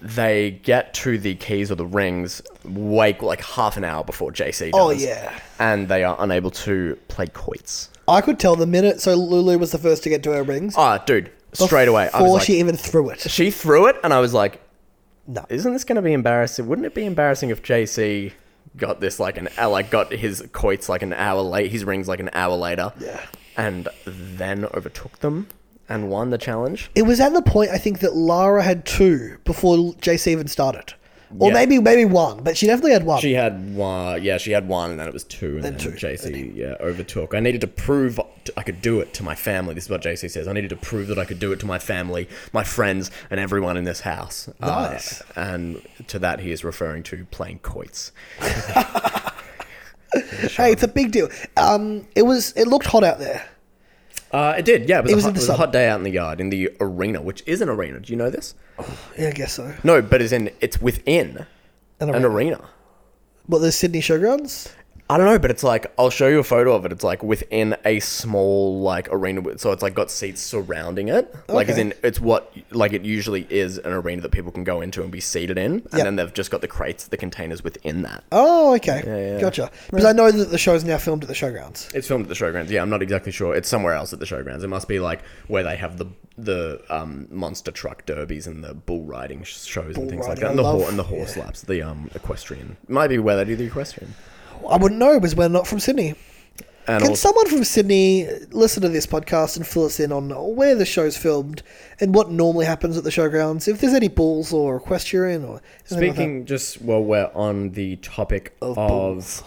they get to the keys or the rings wake like half an hour before JC. Does, Oh, yeah. and they are unable to play quoits. I could tell the minute. So Lulu was the first to get to her rings. Ah, dude, straight away. I Before was like, she even threw it. she threw it, and I was like, No. isn't this going to be embarrassing? Wouldn't it be embarrassing if JC got this like an hour, like got his coits like an hour late, his rings like an hour later, Yeah. and then overtook them and won the challenge? It was at the point I think that Lara had two before JC even started, or Yeah. maybe maybe one, but she definitely had one. She had one, yeah, she had one, and then it was two, and then, two, JC yeah overtook. I needed to prove t- I could do it to my family. This is what JC says. I needed to prove that I could do it to my family, my friends, and everyone in this house. Uh, Nice. and to that, he is referring to playing coits. hey, it's a big deal. Um, it was it looked hot out there. Uh, it did, yeah. It was, It a, was hot, in it the was a sun. hot day out in the yard in the arena, which is an arena. Do you know this? Yeah, I guess so. No, but as in it's within An an arena. arena. What the Sydney Showgrounds? I don't know, but it's like I'll show you a photo of it. It's like within a small like arena, with- so it's like got seats surrounding it. Like as Okay. in it's what like it usually is an arena that people can go into and be seated in, and Yep. then they've just got the crates, the containers within that. Oh, okay, yeah. gotcha. Because I know that the show's now filmed at the showgrounds. It's filmed at the showgrounds. Yeah, I'm not exactly sure. It's somewhere else at the showgrounds. It must be like where they have the the um, monster truck derbies and the bull riding sh- shows and things like riding, that, I and the, love- hor- and the horse laps, the um, equestrian. Might be where they do the equestrian. I wouldn't know because we're not from Sydney. And Can also, someone from Sydney listen to this podcast and fill us in on where the show's filmed and what normally happens at the showgrounds? If there's any bulls or equestrian or anything like that. speaking just while we're on the topic of,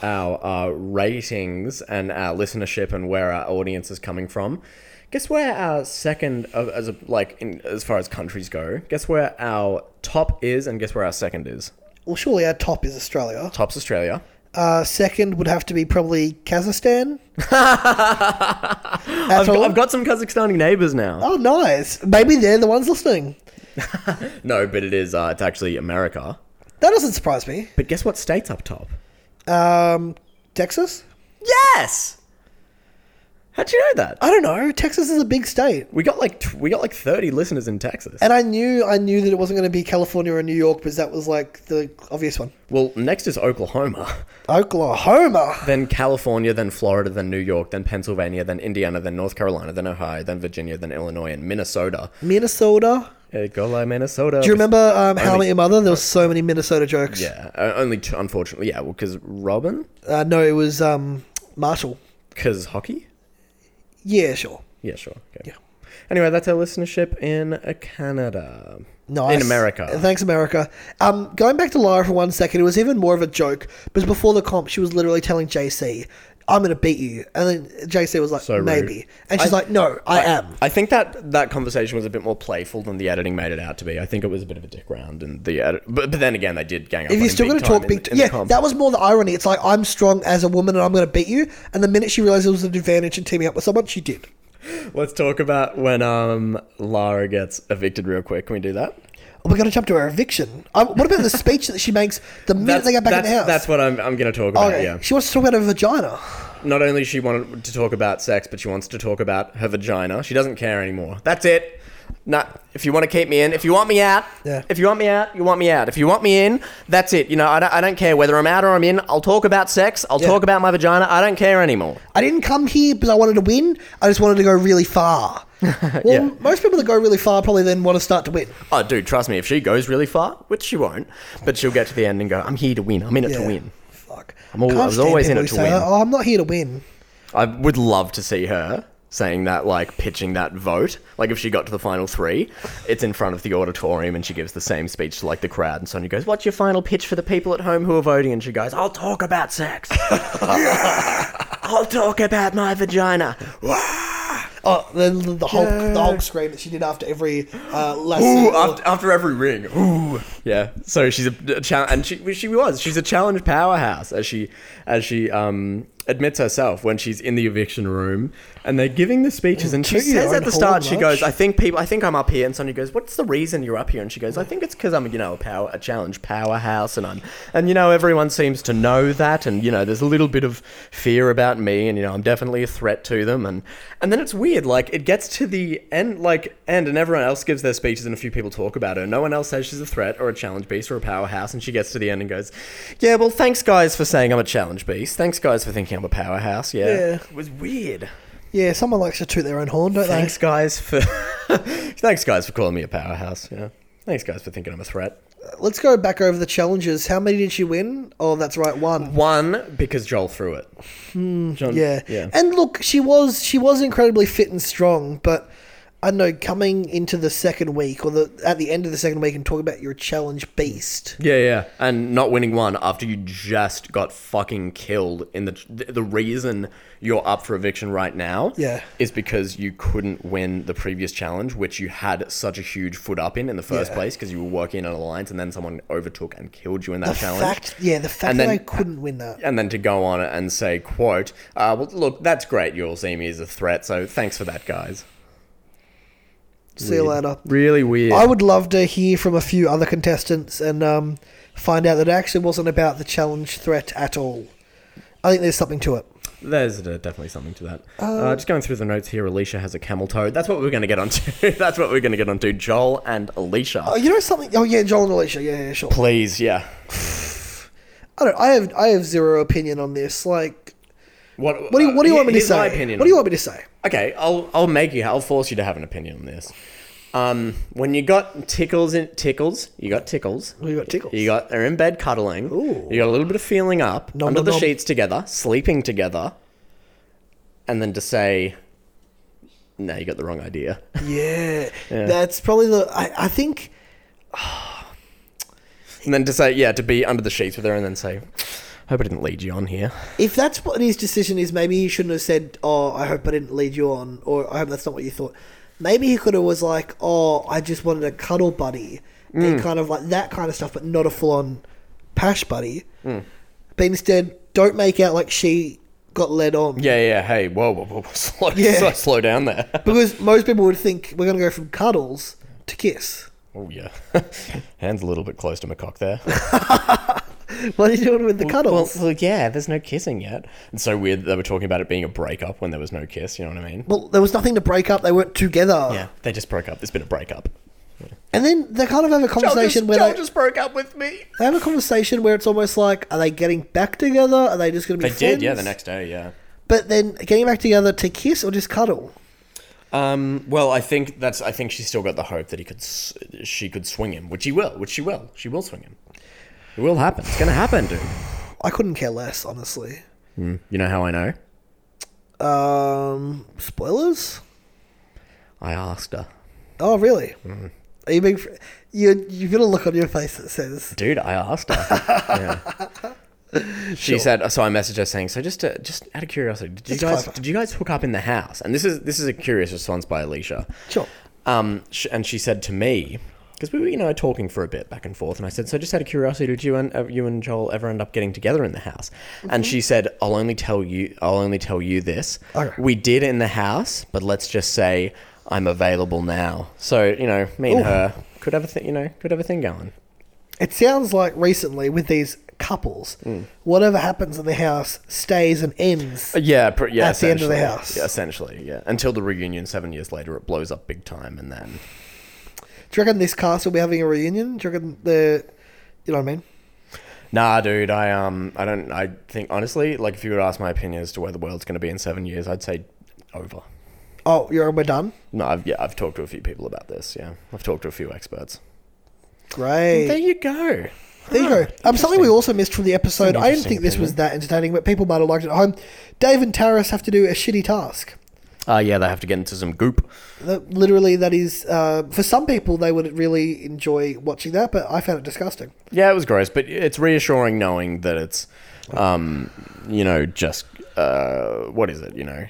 our uh, ratings and our listenership and where our audience is coming from, guess where our second uh, as a, like in, as far as countries go, guess where our top is and guess where our second is. well, surely our top is Australia. Tops Australia. Uh, second would have to be probably [LAUGHS] Kazakhstan. At I've all? got, I've got some Kazakhstani neighbors now. oh, nice. Maybe they're the ones listening. No, but it is. Uh, it's actually America. That doesn't surprise me. But guess what state's up top? Um, Texas? Yes. How'd you know that? I don't know. Texas is a big state. We got like tw- we got like thirty listeners in Texas. And I knew I knew that it wasn't going to be California or New York because that was like the obvious one. Well, next is Oklahoma, [LAUGHS] Oklahoma. then California, then Florida, then New York, then Pennsylvania, then Indiana, then North Carolina, then Ohio, then Virginia, then Illinois, and Minnesota. Minnesota. Hey, go like Minnesota. Do you remember um, How I Met Your Mother? There were so many Minnesota jokes. Yeah, uh, only two, unfortunately. Yeah, well, because Robin, Uh, no, it was um, Marshall. because hockey. Yeah, sure. Yeah, sure. Okay. Anyway, that's our listenership in uh, Canada. Nice. In America. Thanks, America. Um, going back to Lara for one second, it was even more of a joke because before the comp, she was literally telling JC, I'm going to beat you. And then JC was like, rude. maybe. And she's like, no, I, am. I think that that conversation was a bit more playful than the editing made it out to be. I think it was a bit of a dick round, and the edit. But, but then again, they did gang up. If on you're him still going big to time talk in- big, in the yeah, comp. that was more the irony. It's like I'm strong as a woman and I'm going to beat you. And the minute she realized it was an advantage in teaming up with someone, she did. Let's talk about when um Lara gets evicted real quick. Can we do that? Oh, we got to jump to her eviction. Um, what about the speech that she makes the minute they get back in that's, the house? that's what I'm, I'm going to talk about. Okay. Yeah. She wants to talk about her vagina. Not only she wanted to talk about sex, but she wants to talk about her vagina. She doesn't care anymore. That's it. Nah, if you want to keep me in, if you want me out, Yeah. if you want me out, you want me out. If you want me in, that's it. You know, I don't, I don't care whether I'm out or I'm in. I'll talk about sex. I'll Yeah. talk about my vagina. I don't care anymore. I didn't come here because I wanted to win. I just wanted to go [LAUGHS] really far. Well, Yeah. most people that go really far probably then want to start to win. Oh, dude, trust me. If she goes really far, which she won't, but she'll get to the end and go, "I'm here to win. I'm in it to Yeah. win." Fuck. I'm al- Can't I was stand always in it people who to say win. that. Oh, I'm not here to win. I would love to see her saying that, like pitching that vote. Like if she got to the final three, it's in front of the auditorium and she gives the same speech to like the crowd. And Sonia goes, "What's your final pitch for the people at home who are voting?" And she goes, "I'll talk about [LAUGHS] sex. I'll talk about my vagina." Oh, the, the Hulk, the Hulk scream that she did after every uh, last. Ooh, after, after every ring. Ooh. Yeah. So she's a, a challenge, and she she was. She's a challenge powerhouse, as she as she um admits herself when she's in the eviction room, and they're giving the speeches, and she Tootie, I says at don't the start, hold she much. goes, "I think people, I think I'm up here," and Sonia goes, "What's the reason you're up here?" And she goes, "I think it's because I'm you know a power a challenge powerhouse, and I'm and you know everyone seems to know that, and you know there's a little bit of fear about me, and you know I'm definitely a threat to them, and and then it's weird, like it gets to the end, like end, and everyone else gives their speeches, and a few people talk about her. No one else says she's a threat or a challenge beast or a powerhouse, and she gets to the end and goes, "Yeah, well, thanks guys for saying I'm a challenge beast. Thanks guys for thinking I'm a powerhouse. Yeah, Yeah. it was weird." Yeah, someone likes to toot their own horn, don't Thanks, guys, for [LAUGHS] thanks, guys, for calling me a powerhouse. Yeah, thanks, guys, for thinking I'm a threat. they? Let's go back over the challenges. How many did she win? Oh, that's right, one. One because Joel threw it. John, Hmm, Yeah. yeah. And look, she was she was incredibly fit and strong, but I don't know coming into the second week or the at the end of the second week and talking about your challenge beast. yeah, yeah, and not winning one after you just got fucking killed. In the th- the reason you're up for eviction right now, Yeah. is because you couldn't win the previous challenge, which you had such a huge foot up in in the first Yeah. place because you were working in an alliance, and then someone overtook and killed you in that The challenge. fact, yeah, the fact And that then- I couldn't win that. and then to go on and say, "quote uh, Well, look, that's great. You all see me as a threat, so thanks for that, guys." See you later. Really weird. I would love to hear from a few other contestants and um, find out that it actually wasn't about the challenge threat at all. I think there's something to it. There's uh, definitely something to that. uh, just going through the notes here, Alicia has a camel toe. That's what we're going to [LAUGHS] get onto. that's what we're going to get onto. Joel and Alicia. Oh, you know something? Oh yeah, Joel and Alicia. Yeah, yeah, sure. Please, yeah. I don't. I have I have zero opinion on this. Like, What, what do you what do you want me Uh, to here's say? My opinion What do you want me to say? Okay, I'll I'll make you. I'll force you to have an opinion on this. Um, when you got tickles in tickles, you got tickles. Well, you got tickles. You got they're in bed cuddling. Ooh. You got a little bit of feeling up Nom, under nom, the nom. sheets together, sleeping together, and then to say, "No, you got the wrong idea." [LAUGHS] Yeah, that's probably the. I, I think and then to say, "Yeah, to be under the sheets with her," and then say, "Hope I didn't lead you on here." if that's what his decision is, maybe he shouldn't have said, "Oh, I hope I didn't lead you on," or "I hope that's not what you thought." Maybe he could have was like, "Oh, I just wanted a cuddle buddy," Mm. and kind of like that kind of stuff, but not a full on pash buddy. Mm. But instead, don't make out like she got led on. Yeah, yeah. Hey, whoa, whoa, whoa, [LAUGHS] whoa slow, Yeah. slow down there. [LAUGHS] Because most people would think we're going to go from cuddles to kiss. [LAUGHS] oh yeah, [LAUGHS] hands a little bit close to my cock there. What are you doing with the cuddles? Well, well, yeah, there's no kissing yet. It's so weird that they were talking about it being a breakup when there was no kiss, you know what I mean? Well, there was nothing to break up. They weren't together. yeah, they just broke up. There's been a breakup. And then they kind of have a conversation where they, broke up with me. they have a conversation where it's almost like, are they getting back together? Are they just going to They be friends? did, yeah, the next day, yeah. But then getting back together to kiss or just cuddle? Um, well, I think that's. I think she's still got the hope that he could, s- she could swing him, which he will, which she will, she will swing him. It will happen. It's gonna happen, dude. I couldn't care less, honestly. You know how I know? Um, spoilers? I asked her, Oh, really? Mm. Are you being? Fr- you you've got a look on your face that says dude. I asked her. Yeah. She said. So I messaged her saying, "So just, to, just out of curiosity, did you That's guys, clever. did you guys hook up in the house?" And this is this is a curious response by Alicia. sure. Um, sh- and she said to me, because we were, you know, talking for a bit back and forth, and I said, "So, just out of curiosity, did you and uh, you and Joel ever end up getting together in the house?" And she said, "I'll only tell you, I'll only tell you this. Okay. We did in the house, but let's just say I'm available now. So, you know, me and Ooh. her could have a thing, you know, could have a thing going. It sounds like recently with these couples, Mm. whatever happens in the house stays and ends. Uh, Yeah, pr- yeah. At the end of the essentially. house. yeah, essentially, yeah. Until the reunion seven years later, it blows up big time, and then." Do you reckon this cast will be having a reunion? Do you reckon the, you know what I mean? Nah, dude. I um, I don't. I think honestly, like, if you would ask my opinion as to where the world's going to be in seven years, I'd say over. Oh, you're we're done. No, I've yeah, I've talked to a few people about this. Yeah, I've talked to a few experts. Great. There you go. there you go. Um, something we also missed from the episode. an I didn't think Hmm. interesting this was that entertaining, but people might have liked it at home. Dave and Taris have to do a shitty task. Uh, yeah, they have to get into some goop. That- Literally, that is uh, for some people they would really enjoy watching that, but I found it disgusting. Yeah, it was gross, but it's reassuring knowing that it's, um, you know, just uh, what is it? You know,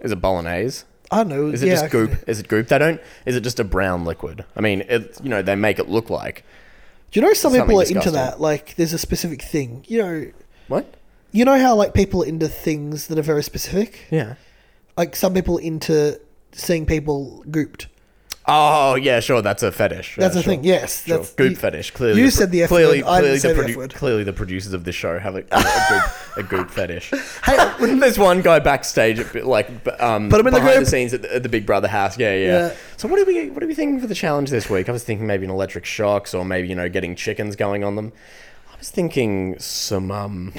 is it bolognese? I don't know. Is it yeah, just goop? Is it goop? They don't. Is it just a brown liquid? I mean, it, you know, they make it look like Do you know some Something people are disgusting. into that? Like, there's a specific thing. You know, what? you know how like people are into things that are very specific. Yeah. Like some people are into seeing people gooped. Oh yeah, sure. That's a fetish. That's yeah, the sure. thing. Yes, Sure. that's goop you- fetish. Clearly, you pro- said the F clearly, word, I clearly, didn't say the the produ- F word. clearly, the producers of this show have [LAUGHS] a, a, goop, a goop fetish. Hey, Wouldn't [LAUGHS] there's one guy backstage, at, bi- like b- um, Put him in the behind the group. scenes at the, at the Big Brother house. Yeah, yeah, Yeah. So what are we what are we thinking for the challenge this week? I was thinking maybe an electric shocks or maybe you know getting chickens going on them. I was thinking some [LAUGHS] um,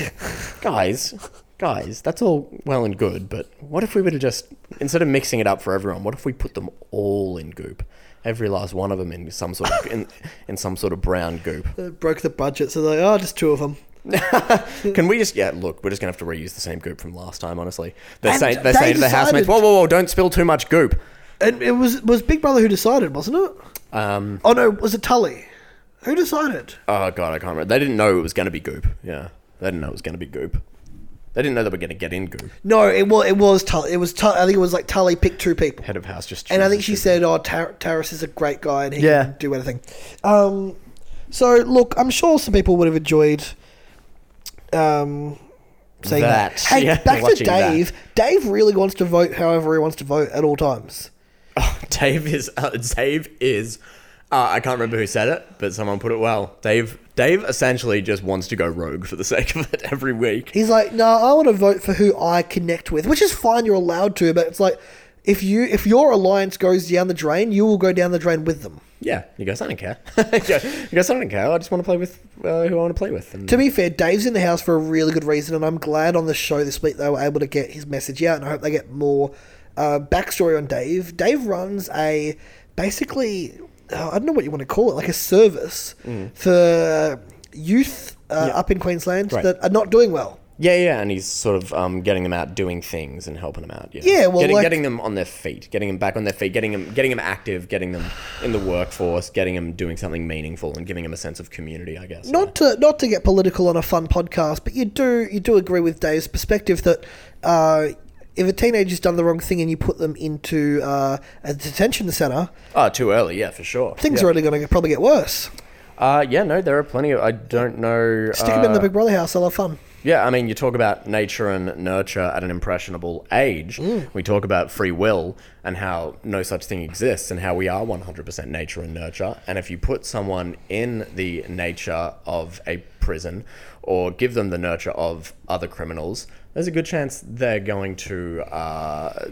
guys, guys. That's all well and good, but what if we were to just instead of mixing it up for everyone, what if we put them all in goop? Every last one of them in some sort of [LAUGHS] in, in some sort of brown goop. it broke the budget, so they're like, oh, just two of them. Can we just yeah? Look, we're just gonna have to reuse the same goop from last time. Honestly, they're And saying they're they saying to the housemates, decided- "Whoa, whoa, whoa! Don't spill too much goop." And it was was Big Brother who decided, wasn't it? Um, Oh no, was it Tully? Who decided? oh god, I can't remember. They didn't know it was gonna be goop. Yeah, they didn't know it was gonna be goop. They didn't know they were gonna get in goop. No, it was it was Tully. It was Tully. I think it was like Tully picked two people, Head of house just and I think chooses she to- said, "Oh, Tar- Taris is a great guy, and he Yeah. can do anything." Um, so look, I'm sure some people would have enjoyed. Um, saying That, that. [LAUGHS] Hey, yeah, back to watching that. Dave. Dave really wants to vote however he wants to vote at all times. [LAUGHS] Oh, "Dave is uh, Dave is." Uh, I can't remember who said it, but someone put it well. Dave Dave essentially just wants to go rogue for the [LAUGHS] sake of it every week. He's like, no, I want to vote for who I connect with, which is fine. You're allowed to, but it's like, if you if your alliance goes down the drain, you will go down the drain with them. Yeah, he goes, "I don't care." [LAUGHS] he goes, "I don't care. I just want to play with uh, who I want to play with." And To be fair, Dave's in the house for a really good reason, and I'm glad on the show this week they were able to get his message out, and I hope they get more uh, backstory on Dave. Dave runs a basically, uh, I don't know what you want to call it, like a service for youth uh, up in Queensland Right. that are not doing well. Yeah, yeah, and he's sort of um, getting them out doing things and helping them out. Yeah, Yeah, well, getting, like- getting them on their feet, getting them back on their feet, getting them, getting them active, getting them in the workforce, getting them doing something meaningful, and giving them a sense of community. I guess. Not to not to get political on a fun podcast, but you do you do agree with Dave's perspective that uh, if a teenager's done the wrong thing and you put them into uh, a detention center, oh, too early. Yeah, for sure. things yeah. are only going to probably get worse. Uh, yeah, no, there are plenty of. I don't know. Stick them in the Big Brother house; they'll have fun. Yeah, I mean, you talk about nature and nurture at an impressionable age. We talk about free will and how no such thing exists and how we are 100% nature and nurture. And if you put someone in the nature of a prison or give them the nurture of other criminals, there's a good chance they're going to uh,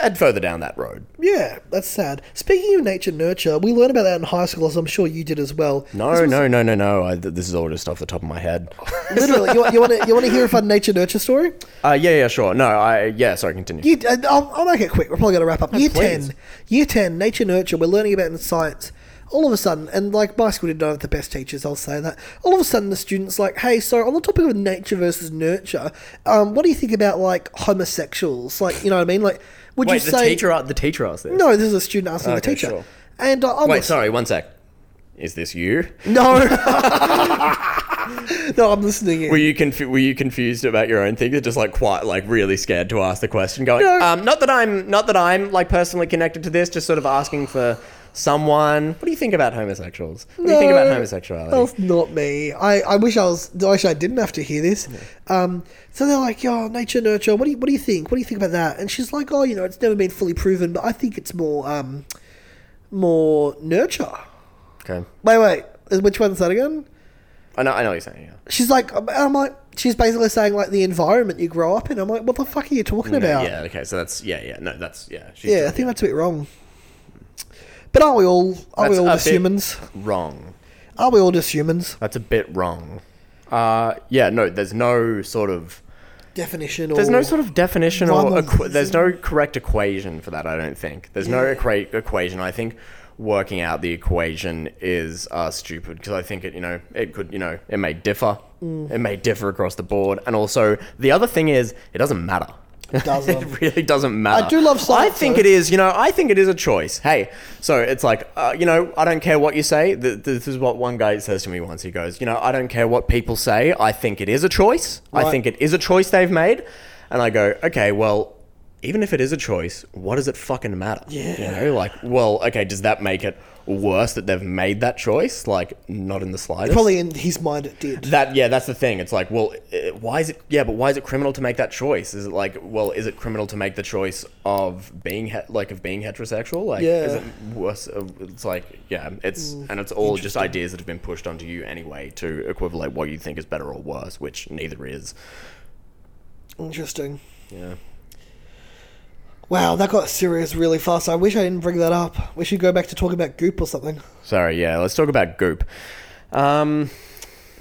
head further down that road. Yeah, that's sad. Speaking of nature nurture, we learned about that in high school, as I'm sure you did as well. No, no, no, no, no. I, th- this is all just off the top of my head. Literally, you, you want to you want to hear a fun nature nurture story? uh, yeah, yeah, sure. No, I, yeah, sorry, continue. Year, uh, I'll, I'll make it quick. We're probably going to wrap up. year please. 10. Year 10, nature nurture. We're learning about in science. All of a sudden, and like my school did not have the best teachers, I'll say that. All of a sudden, the student's like, hey, so on the topic of nature versus nurture, um, what do you think about like homosexuals? Like, you know what I mean? Like, would Wait, you the say. teacher, a- the teacher asked this. No, this is a student asking Okay, the teacher. sure. And uh, I'm Wait, not- sorry, one sec. Is this you? No. [LAUGHS] no, I'm listening in. Were you confu- were you confused about your own thing? You're just like quite like really scared to ask the question. Going, No. um, not that I'm not that I'm like personally connected to this. Just sort of asking for someone. What do you think about homosexuals? What do you think about No, Oh. homosexuality? That's not me. I, I wish I was. I wish I didn't have to hear this. Um, so they're like, "Yo, nature nurture. What do you What do you think? What do you think about that?" And she's like, "Oh, you know, it's never been fully proven, but I think it's more um, more nurture." Okay, Wait, wait. is- Which one's that again? I know I know what you're saying. Yeah. She's like, I'm- I'm like, she's basically saying like the environment you grow up in. I'm like, what the fuck are you talking No, about? yeah. Okay. So that's yeah. Yeah. No. That's yeah. She's Yeah, I think that's a bit wrong. But are we all? Are That's we all a just bit- humans? wrong. Are we all just humans? That's a bit wrong. Uh, yeah. No. There's no sort of. Definition or There's no sort of definition Rhyme or or equ- there's no correct equation for that. I don't think there's no equa- equation. I think working out the equation is uh, stupid because I think it you know it could you know it Mm. may differ, it may differ across the board, and also the other thing is it doesn't matter. [LAUGHS] doesn't. It really doesn't matter. I do love I science, think though. it is. You know, I think it is a choice. Hey, so it's like, uh, you know, I don't care what you say. Th- This is what one guy says to me once. He goes, you know, I don't care what people say. I think it is a choice. I Right. think it is a choice they've made. And I go, okay, well. Even if it is a choice, what does it fucking matter? Yeah. You know, like, well, okay, does that make it worse that they've made that choice? Like, not in the slightest. Probably in his mind it did. That yeah, that's the thing. It's like, well, uh, why is it? Yeah, but why is it criminal to make that choice? Is it like, well, is it criminal to make the choice of being he- like of being heterosexual? Like, is Yeah. it worse? uh, It's like, yeah, it's and it's all just ideas that have been pushed onto you anyway to equivalent what you think is better or worse, which neither is. Interesting. Yeah, Wow, that got serious really fast. I wish I didn't bring that up. We should go back to talking about Goop or something. sorry. Yeah, let's talk about Goop. Um,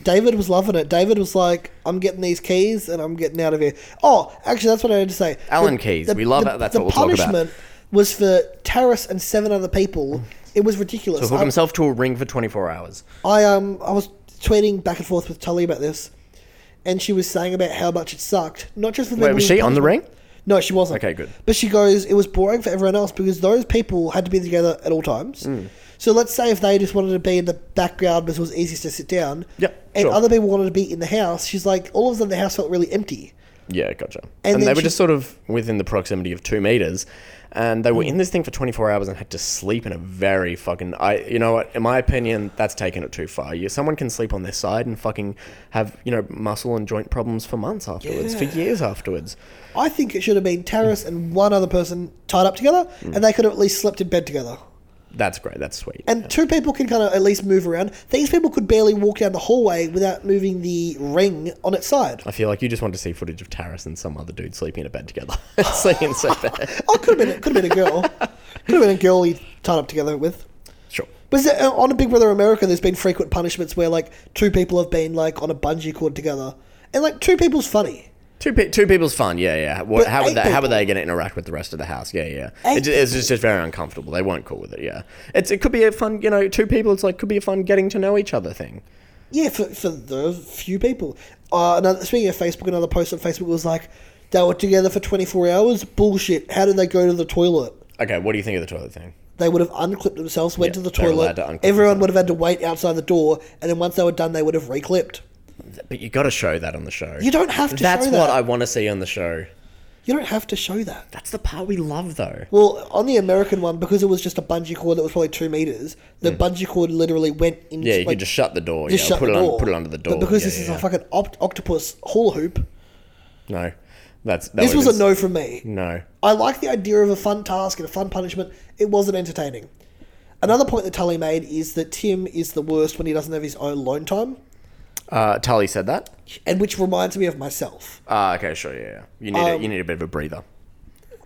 David was loving it. David was like, "I'm getting these keys and I'm getting out of here." Oh, actually, that's what I had to say. Alan Keyes. We love it. That's the what we'll talk about. punishment was for Terrace and seven other people. It was ridiculous. hook I- himself to a ring for twenty four hours. I um I was tweeting back and forth with Tully about this, and she was saying about how much it sucked. Not just for the Wait, people was who she on the punishment- ring? No, she wasn't. Okay, good. But she goes, it was boring for everyone else because those people had to be together at all times. Mm. So let's say if they just wanted to be in the background because it was easiest to sit down, Yep, and sure. other people wanted to be in the house, she's like, all of a sudden the house felt really empty. Yeah, gotcha. And, And they then were she- just sort of within the proximity of two meters, and they were Hmm. in this thing for 24 hours and had to sleep in a very fucking. I, you know what? In my opinion, that's taken it too far. You, someone can sleep on their side and fucking have you know muscle and joint problems for months afterwards, for years afterwards. I think it should have been Mm. Terrace and one other person tied up together, and they could have at least slept in bed together. That's great. That's sweet. And two people can kind of at least move around. These people could barely walk down the hallway without moving the ring on its side. I feel like you just want to see footage of Taris and some other dude sleeping in a bed together. [LAUGHS] it's looking so [LAUGHS] bad. Oh, could have been could have been a girl. could have been a girl he tied up together with. Sure. Was there, on Big Brother America? There's been frequent punishments where like two people have been like on a bungee cord together, and like two people's funny. Two, pe- two people's fun, yeah, yeah. What, But how would eight they, how would people- they going to interact with the rest of the house? Yeah, yeah. It Eight ju- it's just, just very uncomfortable. They weren't cool with it. Yeah, it's it could be a fun, you know, two people. It's like could be a fun getting to know each other thing. Yeah, for for the few people. Uh, another speaking of Facebook, another post on Facebook was like they were together for 24 hours. Bullshit. How did they go to the toilet? Okay, what do you think of the toilet thing? they would have unclipped themselves, went Yeah, to the they were allowed toilet. to unclip Everyone would have had to wait outside the door, and then once they were done, they would have reclipped. But you got to show that on the show. You don't have to That's show what that. I want to see on the show. You don't have to show that. That's the part we love, though. Well, on the American one, because it was just a bungee cord that was probably two meters, the bungee cord literally went into. Mm. Yeah, you like, could just shut the door. just yeah, shut put the it door. on, put it under the door. But because yeah, this is yeah. a fucking opt- octopus hula hoop, no, that's that this was would've a been no from me. s- no. I like the idea of a fun task and a fun punishment. It wasn't entertaining. Another point that Tully made is that Tim is the worst when he doesn't have his own alone time, Uh, Tully said that. and which reminds me of myself. Uh, okay, sure, yeah, yeah. You need Um, a, you need a bit of a breather.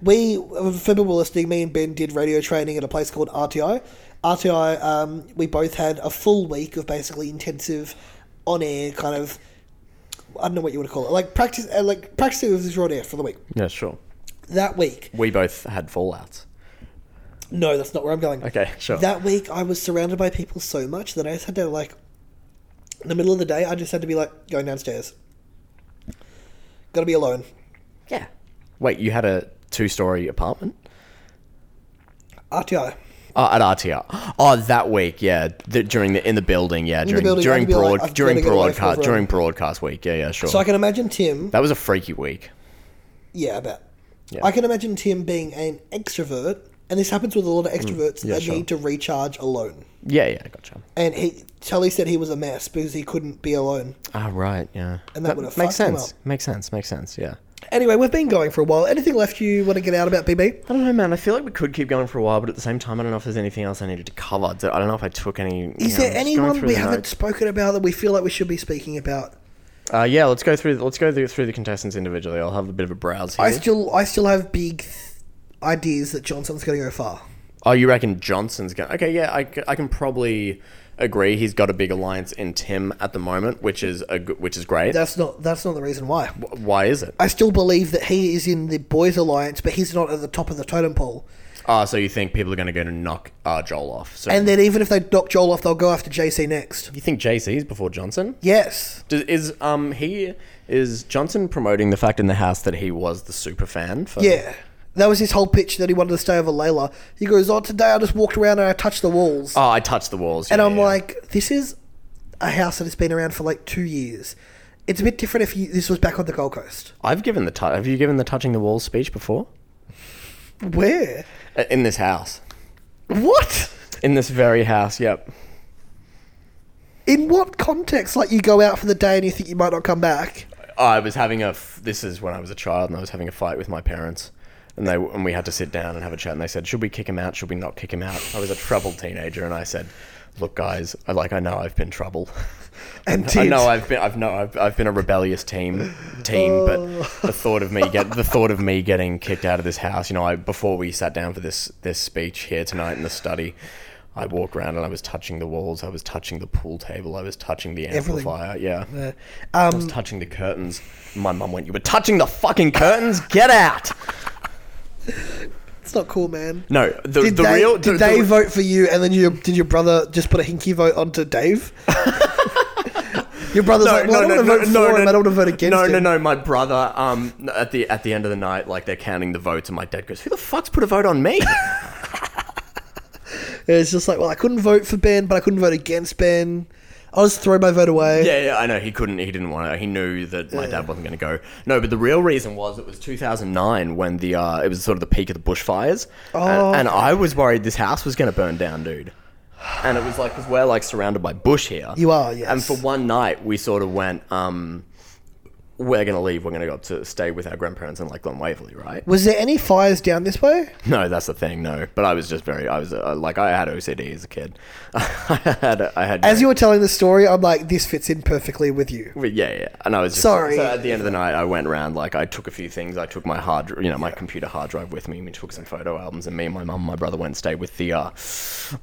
we for people listening, me and Ben did radio training at a place called RTI. RTI, um, we both had a full week of basically intensive, on air kind of. I don't know what you would call it, like practice, uh, like practicing with this on air for the week. Yeah, sure. That week, We both had fallouts. no, that's not where I'm going. Okay, sure. That week, I was surrounded by people so much that I just had to like, in the middle of the day, I just had to be like going downstairs. Got to be alone. Yeah. Wait, you had a two-story apartment? RTI. Oh, at RTR. Oh, that week, yeah, th- during the in the building, yeah, during building, during I'd be like, broad I've during gotta get away from broadcast everyone. during broadcast week. Yeah, yeah, sure. So I can imagine Tim that was a freaky week. Yeah, I bet. Yeah. I can imagine Tim being an extrovert, and this happens with a lot of extroverts. Mm. yeah, they sure. need to recharge alone. Yeah, yeah, gotcha. And he Tully said he was a mess because he couldn't be alone. Ah, right, yeah. And that would've makes fucked him sense. Makes sense. Makes sense. Yeah. Anyway, we've been going for a while. Anything left you want to get out about BB? I don't know, man. I feel like we could keep going for a while, but at the same time, I don't know if there's anything else I needed to cover. So I don't know if I took any. you Is know, there just going anyone through we the haven't notes. spoken about that we feel like we should be speaking about? Uh, yeah, let's go through. Let's go through, through the contestants individually. I'll have a bit of a browse here. I still, I still have big th- ideas that Johnson's going to go far. Oh, you reckon Johnson's going? to Okay, yeah, I, c- I can probably agree. He's got a big alliance in Tim at the moment, which is a g- which is great. That's not, that's not the reason why. Why is it? I still believe that he is in the boys' alliance, but he's not at the top of the totem pole. Ah, so you think people are going to go to knock uh, Joel off? So And then even if they knock Joel off, they'll go after JC next. you think JC's before Johnson? Yes. Does, is um he is Johnson promoting the fact in the house that he was the super fan? For, Yeah. That was his whole pitch that he wanted to stay over Layla. He goes, Oh, today I just walked around and I touched the walls. Oh, I touched the walls. and yeah, I'm yeah. like, This is a house that has been around for like two years. It's a bit different if you, this was back on the Gold Coast. I've given the tou- have you given the touching the walls speech before? Where? Uh, In this house, What? in this very house. Yep. In what context? Like you go out for the day and you think you might not come back. I was having a. f- This is when I was a child, and I was having a fight with my parents, and they and we had to sit down and have a chat. And they said, "Should we kick him out? Should we not kick him out?" I was a troubled teenager, and I said, "Look, guys, I like I know I've been trouble, [LAUGHS] And I did. know I've been I've no I've, I've been a rebellious team teen, Oh. but the thought of me get the thought of me getting kicked out of this house. You know, I before we sat down for this this speech here tonight in the study." I walked around and I was touching the walls. I was touching the pool table. I was touching the Everything. amplifier. Yeah. I Um, was touching the curtains. My mum went, "You were touching the fucking curtains. Get out!" it's not cool, man. No, the, Did the they, real did the, they the, vote for you, and then you did your brother just put a hinky vote onto Dave? [LAUGHS] your brother's like, well, I don't want to vote for him. I don't want to vote against no, him. no, no. My brother, um, at the at the end of the night, like they're counting the votes, and my dad goes, "Who the fuck's put a vote on [LAUGHS] me?" It's just like, well, I couldn't vote for Ben, but I couldn't vote against Ben. I'll just throw my vote away. Yeah, yeah, I know. He couldn't. He didn't want to. He knew that my dad wasn't going to go. No, but the real reason was it was 2009 when the uh, it was sort of the peak of the bushfires, Oh. and, and I was worried this house was going to burn down, dude. And it was like because we're like surrounded by bush here. You are, yes. And for one night, we sort of went. um we're gonna leave. We're gonna go up to stay with our grandparents in like Glen Waverley, right? [LAUGHS] Was there any fires down this way? No, that's the thing. No, but I was just very. I was uh, like, I had OCD as a kid. [LAUGHS] I had. I had. As you were telling the story, I'm like, this fits in perfectly with you. [LAUGHS] But yeah, yeah. And I was just, Sorry. So at the end of the night, I went around. Like I took a few things. I took my hard, dr- you know, my computer hard drive with me. We took some photo albums, and me and my mum, and my brother went and stayed with the, uh,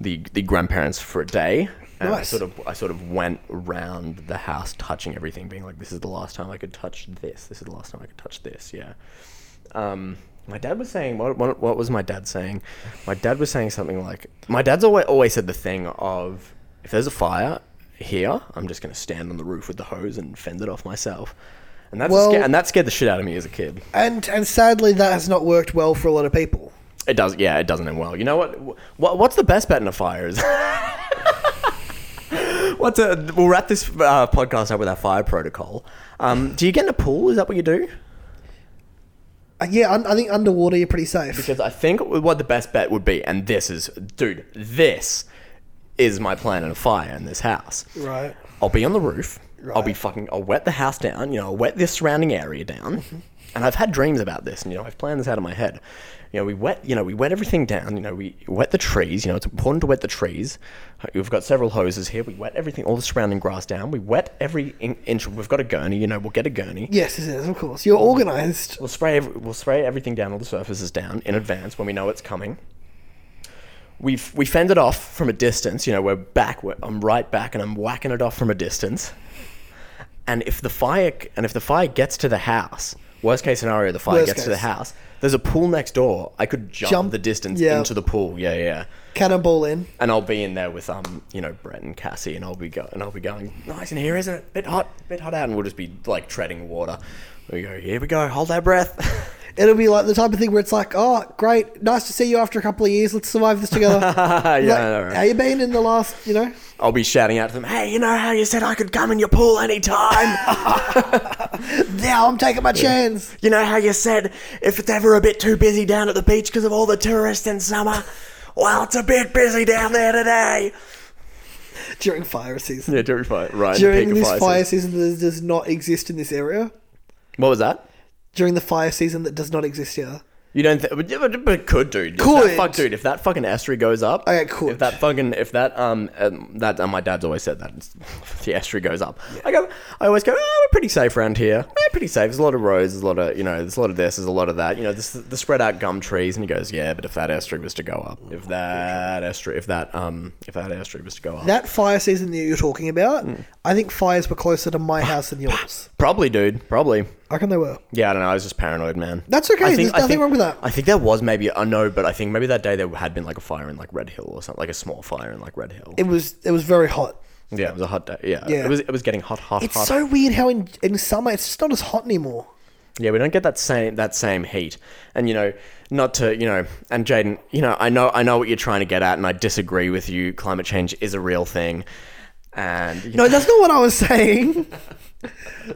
the the grandparents for a day. And I Nice. sort of, I sort of went around the house, touching everything, being like, "This is the last time I could touch this. This is the last time I could touch this." Yeah. Um, my dad was saying, what, what, what was my dad saying? My dad was saying something like, my dad's always, always said the thing of, if there's a fire here, I'm just going to stand on the roof with the hose and fend it off myself. And, that's a Well- sca- and that scared the shit out of me as a kid. And and sadly, that has not worked well for a lot of people. It does, yeah, it doesn't end well. You know what? what what's the best bet in a fire is? [LAUGHS] what's a, we'll wrap this uh, podcast up with our fire protocol. Um, do you get in a pool? Is that what you do? Uh, yeah, un- I think underwater you're pretty safe. Because I think what the best bet would be, and this is, dude, this is my plan in a fire in this house. Right. I'll be on the roof. I'll be fucking. I'll wet the house down. You know, I'll wet this surrounding area down. And I've had dreams about this, and you know, I've planned this out in my head. You know, we wet. You know, we wet everything down. You know, we wet the trees. You know, it's important to wet the trees. We've got several hoses here. We wet everything, all the surrounding grass down. We wet every in- inch. We've got a gurney. You know, we'll get a gurney. Yes, it is, of course. You're organised. We'll spray. Every, we'll spray everything down, all the surfaces down in advance when we know it's coming. We've we fend it off from a distance. You know, we're back. We're, I'm right back, and I'm whacking it off from a distance. And if the fire c- and if the fire gets to the house, worst case scenario, the fire Worst gets to the case. house. There's a pool next door. I could jump, Jump, the distance yeah. into the pool. Yeah, yeah. Cannonball in. And I'll be in there with um, you know, Brett and Cassie, and I'll be go- and I'll be going nice in here, isn't it? Bit hot, bit hot out, and we'll just be like treading water. We go here we go. Hold our breath. [LAUGHS] It'll be like the type of thing where it's like, oh, great, nice to see you after a couple of years. Let's survive this together. [LAUGHS] yeah, Like, I know, right? How you been in the last, you know? I'll be shouting out to them, "Hey, you know how you said I could come in your pool [LAUGHS] anytime? Now I'm taking my chance. you know how you said if it's ever a bit too busy down at the beach because of all the tourists in summer? Well, it's a bit busy down there today." During fire season. Yeah, during fire, right? During this fire season that does not exist in this area. what was that? During the fire season that does not exist here. You don't, th- but, but but it could, dude. If Could. that fuck, dude. If that fucking estuary goes up, Okay, could. If that fucking, if that um, um that and my dad's always said that it's- [LAUGHS] if the estuary goes up. I go, I always go. Oh, we're pretty safe around here. We're pretty safe. There's a lot of roads. There's a lot of you know. There's a lot of this. There's a lot of that. You know, this the spread out gum trees. And he goes, yeah, but if that estuary was to go up, Oh, if that estuary, if that um, if that estuary was to go up, Hmm. That fire season that you're talking about, I think fires were closer to my house than yours. Probably, dude. Probably. I reckon they were. Yeah, I don't know. I was just paranoid, man. That's okay, I there's nothing wrong with that. I think there was maybe I know, but I think maybe that day there had been like a fire in like Red Hill or something, like a small fire in like Red Hill. It was it was very hot. yeah, it was a hot day. Yeah, Yeah. it was. It was getting hot, hot, It's hot. so weird how in, in summer it's just not as hot anymore. Yeah, we don't get that same that same heat. And you know, not to you know, and Jaden, you know, I know I know what you're trying to get at, and I disagree with you. Climate change is a real thing, and you No, that's not what I was [LAUGHS] saying.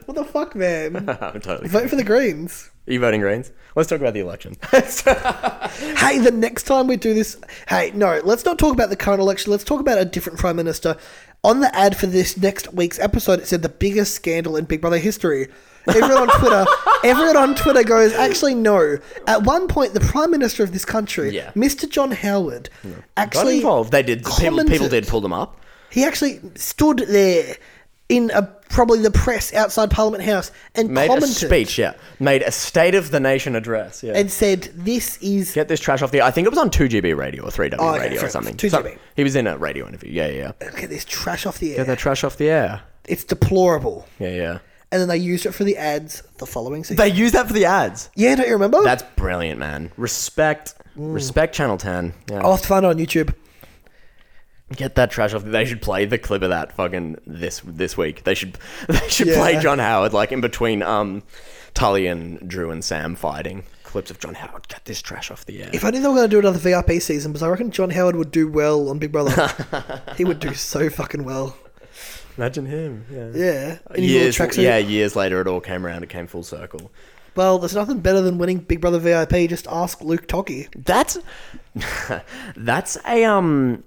what the fuck, [LAUGHS] man? I'm totally. Vote for the Greens. Are you voting Greens? Let's talk about the election. [LAUGHS] Hey, the next time we do this, hey, no, let's not talk about the current election. Let's talk about a different prime minister. On the ad for this next week's episode, it said the biggest scandal in Big Brother history. Everyone on [LAUGHS] Twitter, everyone on Twitter goes, actually, no. At one point, the prime minister of this country, Yeah. Mr. John Howard, Got actually involved. They did. People, people commented. did pull them up. He actually stood there in a, probably the press outside Parliament House and Made commented a speech. Yeah, made a State of the Nation address. Yeah. and said, "This is Get this trash off the. I think it was on 2GB radio or 3W okay, radio fair or enough. something. 2GB. Some- he was in a radio interview. Yeah, yeah. yeah. get this trash off the air. Get that trash off the air. it's deplorable." Yeah, yeah. And then they used it for the ads the following season. They used that for the ads. yeah, don't you remember? That's brilliant, man. Respect, respect Channel 10. Yeah. I'll have to find it on YouTube. Get that trash off. They should play the clip of that fucking this this week. They should [LAUGHS] they should Yeah. play John Howard like in between um Tully and Drew and Sam fighting. Clips of John Howard. Get this trash off the air. If only they were going to do another VIP season, because I reckon John Howard would do well on Big Brother. [LAUGHS] he would do so fucking well. Imagine him. Yeah. Yeah. In his Years, little tracksuit. yeah, years later, it all came around. It came full circle. Well, there's nothing better than winning Big Brother VIP. Just ask Luke Tocky. That's that's a um.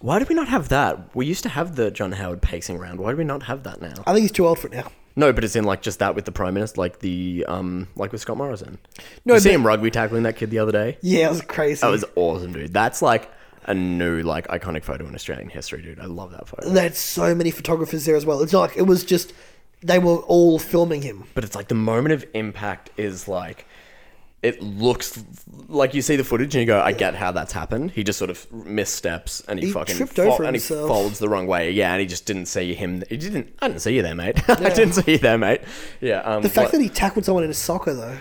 Why do we not have that? We used to have the John Howard pacing round. Why do we not have that now? I think he's too old for it now. No, but it's in like just that with the prime minister, like the um, like with Scott Morrison. No, No, you see but- him rugby tackling that kid the other day. Yeah, it was crazy. That was awesome, dude. That's like a new like iconic photo in Australian history, dude. I love that photo. They had so many photographers there as well. It's not like it was just they were all filming him. But it's like the moment of impact is like it looks like you see the footage and you go, I get how that's happened. He just sort of missteps and he, He fucking tripped over and he himself. folds the wrong way. Yeah, and he just didn't see him. He didn't. I didn't see you there, mate. [LAUGHS] I didn't see you there, mate. Yeah. Um, The fact what- that he tackled someone in a soccer though.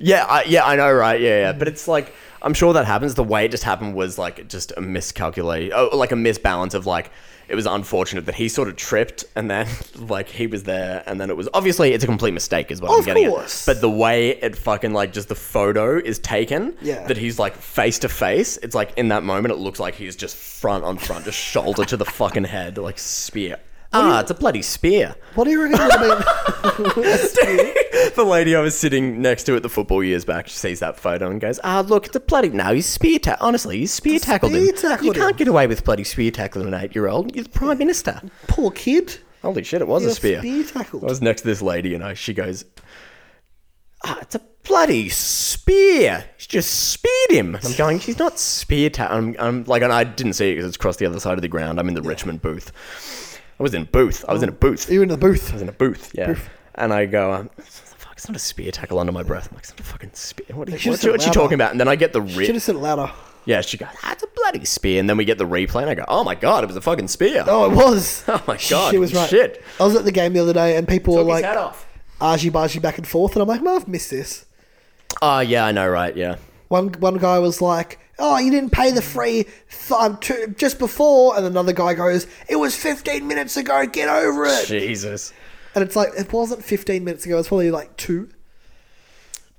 Yeah, I, yeah, I know, right? Yeah, yeah. But Mm. it's like I'm sure that happens. The way it just happened was like just a miscalculate, oh, like a misbalance of like it was unfortunate that he sort of tripped and then [LAUGHS] like he was there and then it was obviously it's a complete mistake is what Of I'm getting course. at. But the way it fucking like just the photo is taken, Yeah. that he's like face to face. It's like in that moment it looks like he's just front on front, just shoulder to the fucking head, like spear. Ah, it's a bloody spear. What do you reckon would [LAUGHS] have been? [LAUGHS] the lady I was sitting next to at the football years back she sees that photo and goes, "Ah, look, it's a bloody no. He's spear ta- Honestly, he's spear tackled spear him. tackled you can't him." get away with bloody spear tackling an eight-year-old. You're the prime minister. Poor kid. Holy shit, it was He a got spear. spear I tackled. was next to this lady and I, she goes, "Ah, it's a bloody spear. She just speared him." And I'm going, "She's not spear ta- I'm, I'm like, and I didn't see it because it's across the other side of the ground. I'm in the Richmond booth. I was in a booth. I was in a booth. You were in the booth. I was in a booth, yeah. And I go, um, fuck, it's not a spear tackle under my breath. I'm like, it's not a fucking spear. What, should've what's, said what's she louder. talking about? And then I get the Should re- have said it louder. yeah. She goes, that's a bloody spear. And then we get the replay, and I go, oh my god, it was a fucking spear. Oh, it was. [LAUGHS] Oh my God, She was right. shit. I was at the game the other day and people were like off. argy bargy back and forth, and I'm like, "Man, I've missed this." Oh yeah, I know, right? Yeah. One one guy was like, "Oh, you didn't pay the free th- um, two, just before," and another guy goes, "It was 15 minutes ago. Get over it." Jesus. And it's like it wasn't 15 minutes ago. It was probably like two.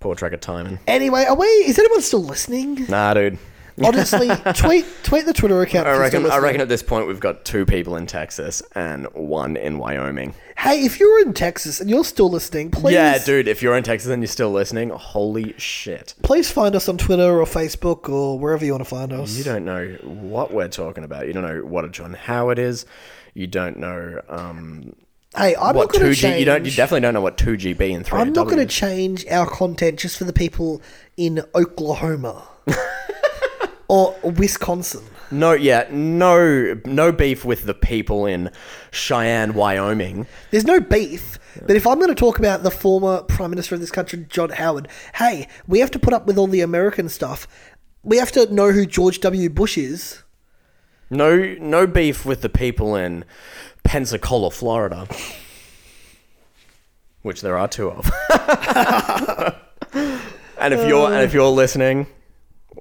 Poor track of timing. Anyway, are we? Is anyone [LAUGHS] still listening? Nah, dude. Honestly, tweet tweet the Twitter account. if I you're reckon. still I listening. reckon at this point we've got two people in Texas and one in Wyoming. Hey, if you're in Texas and you're still listening, please Yeah, dude. If you're in Texas and you're still listening, holy shit. please find us on Twitter or Facebook or wherever you want to find us. You don't know what we're talking about. You don't know what a John Howard is. You don't know um, hey, I'm what not going two to G. change. You don't. You definitely don't know what two GB and three. I'm not going to change our content just for the people in [LAUGHS] Oklahoma or Wisconsin. No, yeah, no, no beef with the people in Cheyenne, Wyoming. There's no beef, but if I'm going to talk about the former Prime Minister of this country, John Howard, hey, we have to put up with all the American stuff. We have to know who George W. Bush is. No, no beef with the people in Pensacola, Florida, which there are two of. [LAUGHS] and if you're and if you're listening,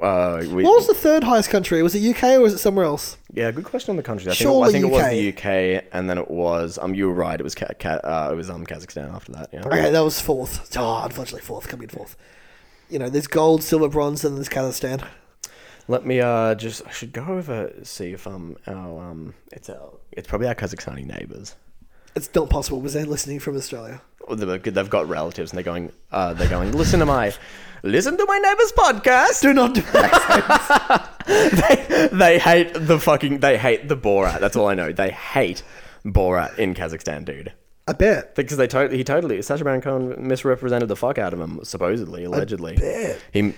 uh, we, What was the third highest country? Was it UK or was it somewhere else? yeah, good question on the countries. I think, Surely I think it was UK. the UK, and then it was um, you were right. It was Ka- Ka- uh, it was um Kazakhstan after that. Yeah. Okay, that was fourth. Oh, unfortunately, fourth. Coming in fourth. You know, there's gold, silver, bronze, and there's Kazakhstan. Let me uh just I should go over see if um our um it's our it's probably our Kazakhstani neighbors. It's not possible because they're listening from Australia. Or They've they've got relatives and they're going uh they're going listen to my listen to my neighbor's [LAUGHS] podcast. Do not do that. they, they hate the fucking they hate the Borat. That's all I know. They hate Borat in Kazakhstan, dude. I bet. Because they totally, he totally, Sacha Baron Cohen misrepresented the fuck out of him, supposedly, allegedly. bet. He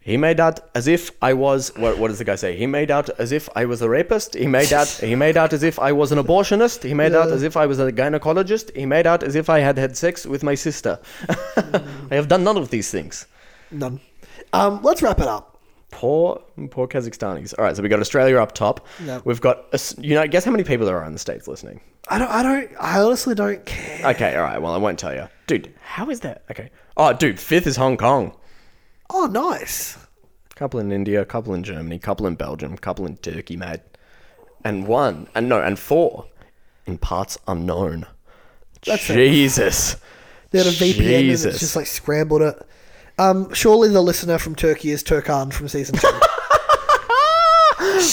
he made out as if I was what, what does the guy say? He made out as if I was a rapist. He made out he made out as if I was an abortionist. He made out as if I was a gynecologist. He made out as if I had had sex with my sister. [LAUGHS] I have done none of these things. None. Um, let's wrap it up. Poor, poor Kazakhstanis. All right, so we got Australia up top. Yep. We've got, us- you know, guess how many people there are in the states listening? I don't. I don't. I honestly don't care. Okay, all right. Well, I won't tell you, dude. How is that? Okay. Oh, dude, fifth is Hong Kong. Oh, nice. Couple in India, couple in Germany, couple in Belgium, couple in Turkey, mate. And one, and no, and four in parts unknown. That's it. Jesus. They had a VPN and Jesus. it's just like scrambled it. Um, surely the listener from Turkey is Turkan from season [LAUGHS] two. [LAUGHS]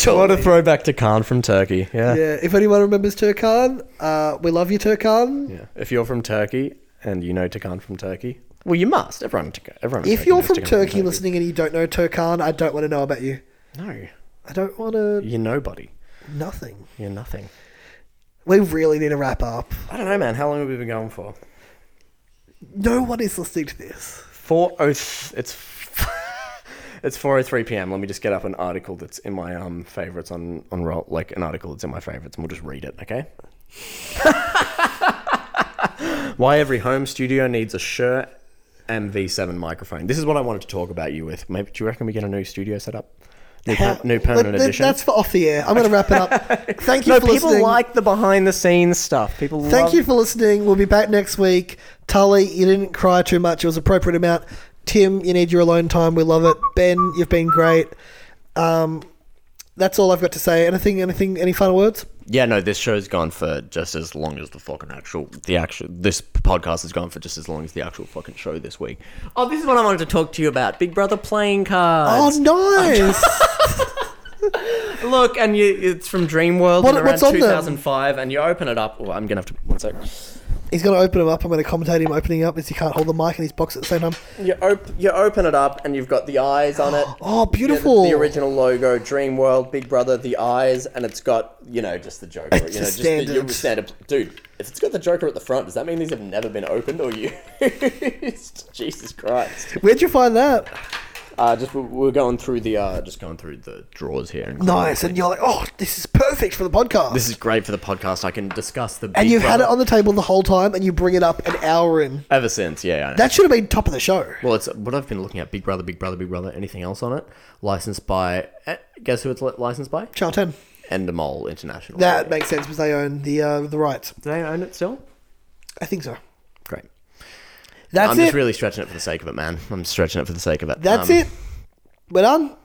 what a throwback to Khan from Turkey. Yeah. yeah. yeah. If anyone remembers Turkan, uh, we love you, Turkan. If you're from Turkey and you know Takan from Turkey, well, you must. Everyone, in Turk- everyone. in If Turkey you're knows from Takan Turkey listening and you don't know Turkan, I don't want to know about you. no, I don't want to. you're nobody. Nothing. You're nothing. We really need to wrap up. I don't know, man. How long have we been going for? No one is listening to this. Four oh, th- it's [LAUGHS] it's four oh three p.m. Let me just get up an article that's in my um favorites on on roll like an article that's in my favorites, and we'll just read it. Okay. [LAUGHS] Why every home studio needs a Shure MV7 microphone. This is what I wanted to talk about you with. Maybe do you reckon we get a new studio set up? [LAUGHS] New, per- new permanent But th- edition. That's for off the air. I'm going to wrap [LAUGHS] it up. Thank you no, for people listening. like the behind the scenes stuff. People Thank love you for listening. We'll be back next week. Tully, you didn't cry too much. It was appropriate amount. Tim, you need your alone time. We love it. Ben, you've been great. Um, that's all I've got to say. Anything? Anything? Any final words? Yeah, no, this show's gone for just as long as the fucking actual the actual this podcast has gone for just as long as the actual fucking show this week. Oh, this is what I wanted to talk to you about. Big Brother playing Oh, cards. [LAUGHS] nice. Look, and you, it's from Dream World What- and around what's on them? 2005 and you open it up. Oh, I'm going to have to one sec. He's going to open him up. I'm going to commentate him opening up as he can't hold the mic in his box at the [LAUGHS] same time. You op- you open it up and you've got the eyes on it. [GASPS] You Oh, know, the- beautiful. The, original logo, Dream World, Big Brother, the eyes, and it's got you know just the Joker. It's you a know, just The, your standard. standard. Dude, if it's got the Joker at the front, does that mean these have never been opened or used? [LAUGHS] Jesus Christ! Where'd you find that? Uh, just we're, we're going through the uh, just going through the drawers here. And Nice. And you're like, oh, this is perfect for the podcast. This is great for the podcast. I can discuss the. and you've had it on the table the whole time, and you bring it up an hour in. ever since. Yeah, I know. That should have been top of the show. Well, it's what I've been looking at: Big Brother, Big Brother, Big Brother. Anything else on it? Licensed by. eh, Guess who it's li- licensed by? Channel 10. Endemol International. That makes sense because they own the uh, the rights. Do they own it still? I think so. Great. That's I'm it. just really stretching it for the sake of it, man. I'm stretching it for the sake of it. That's Um, it. We're done.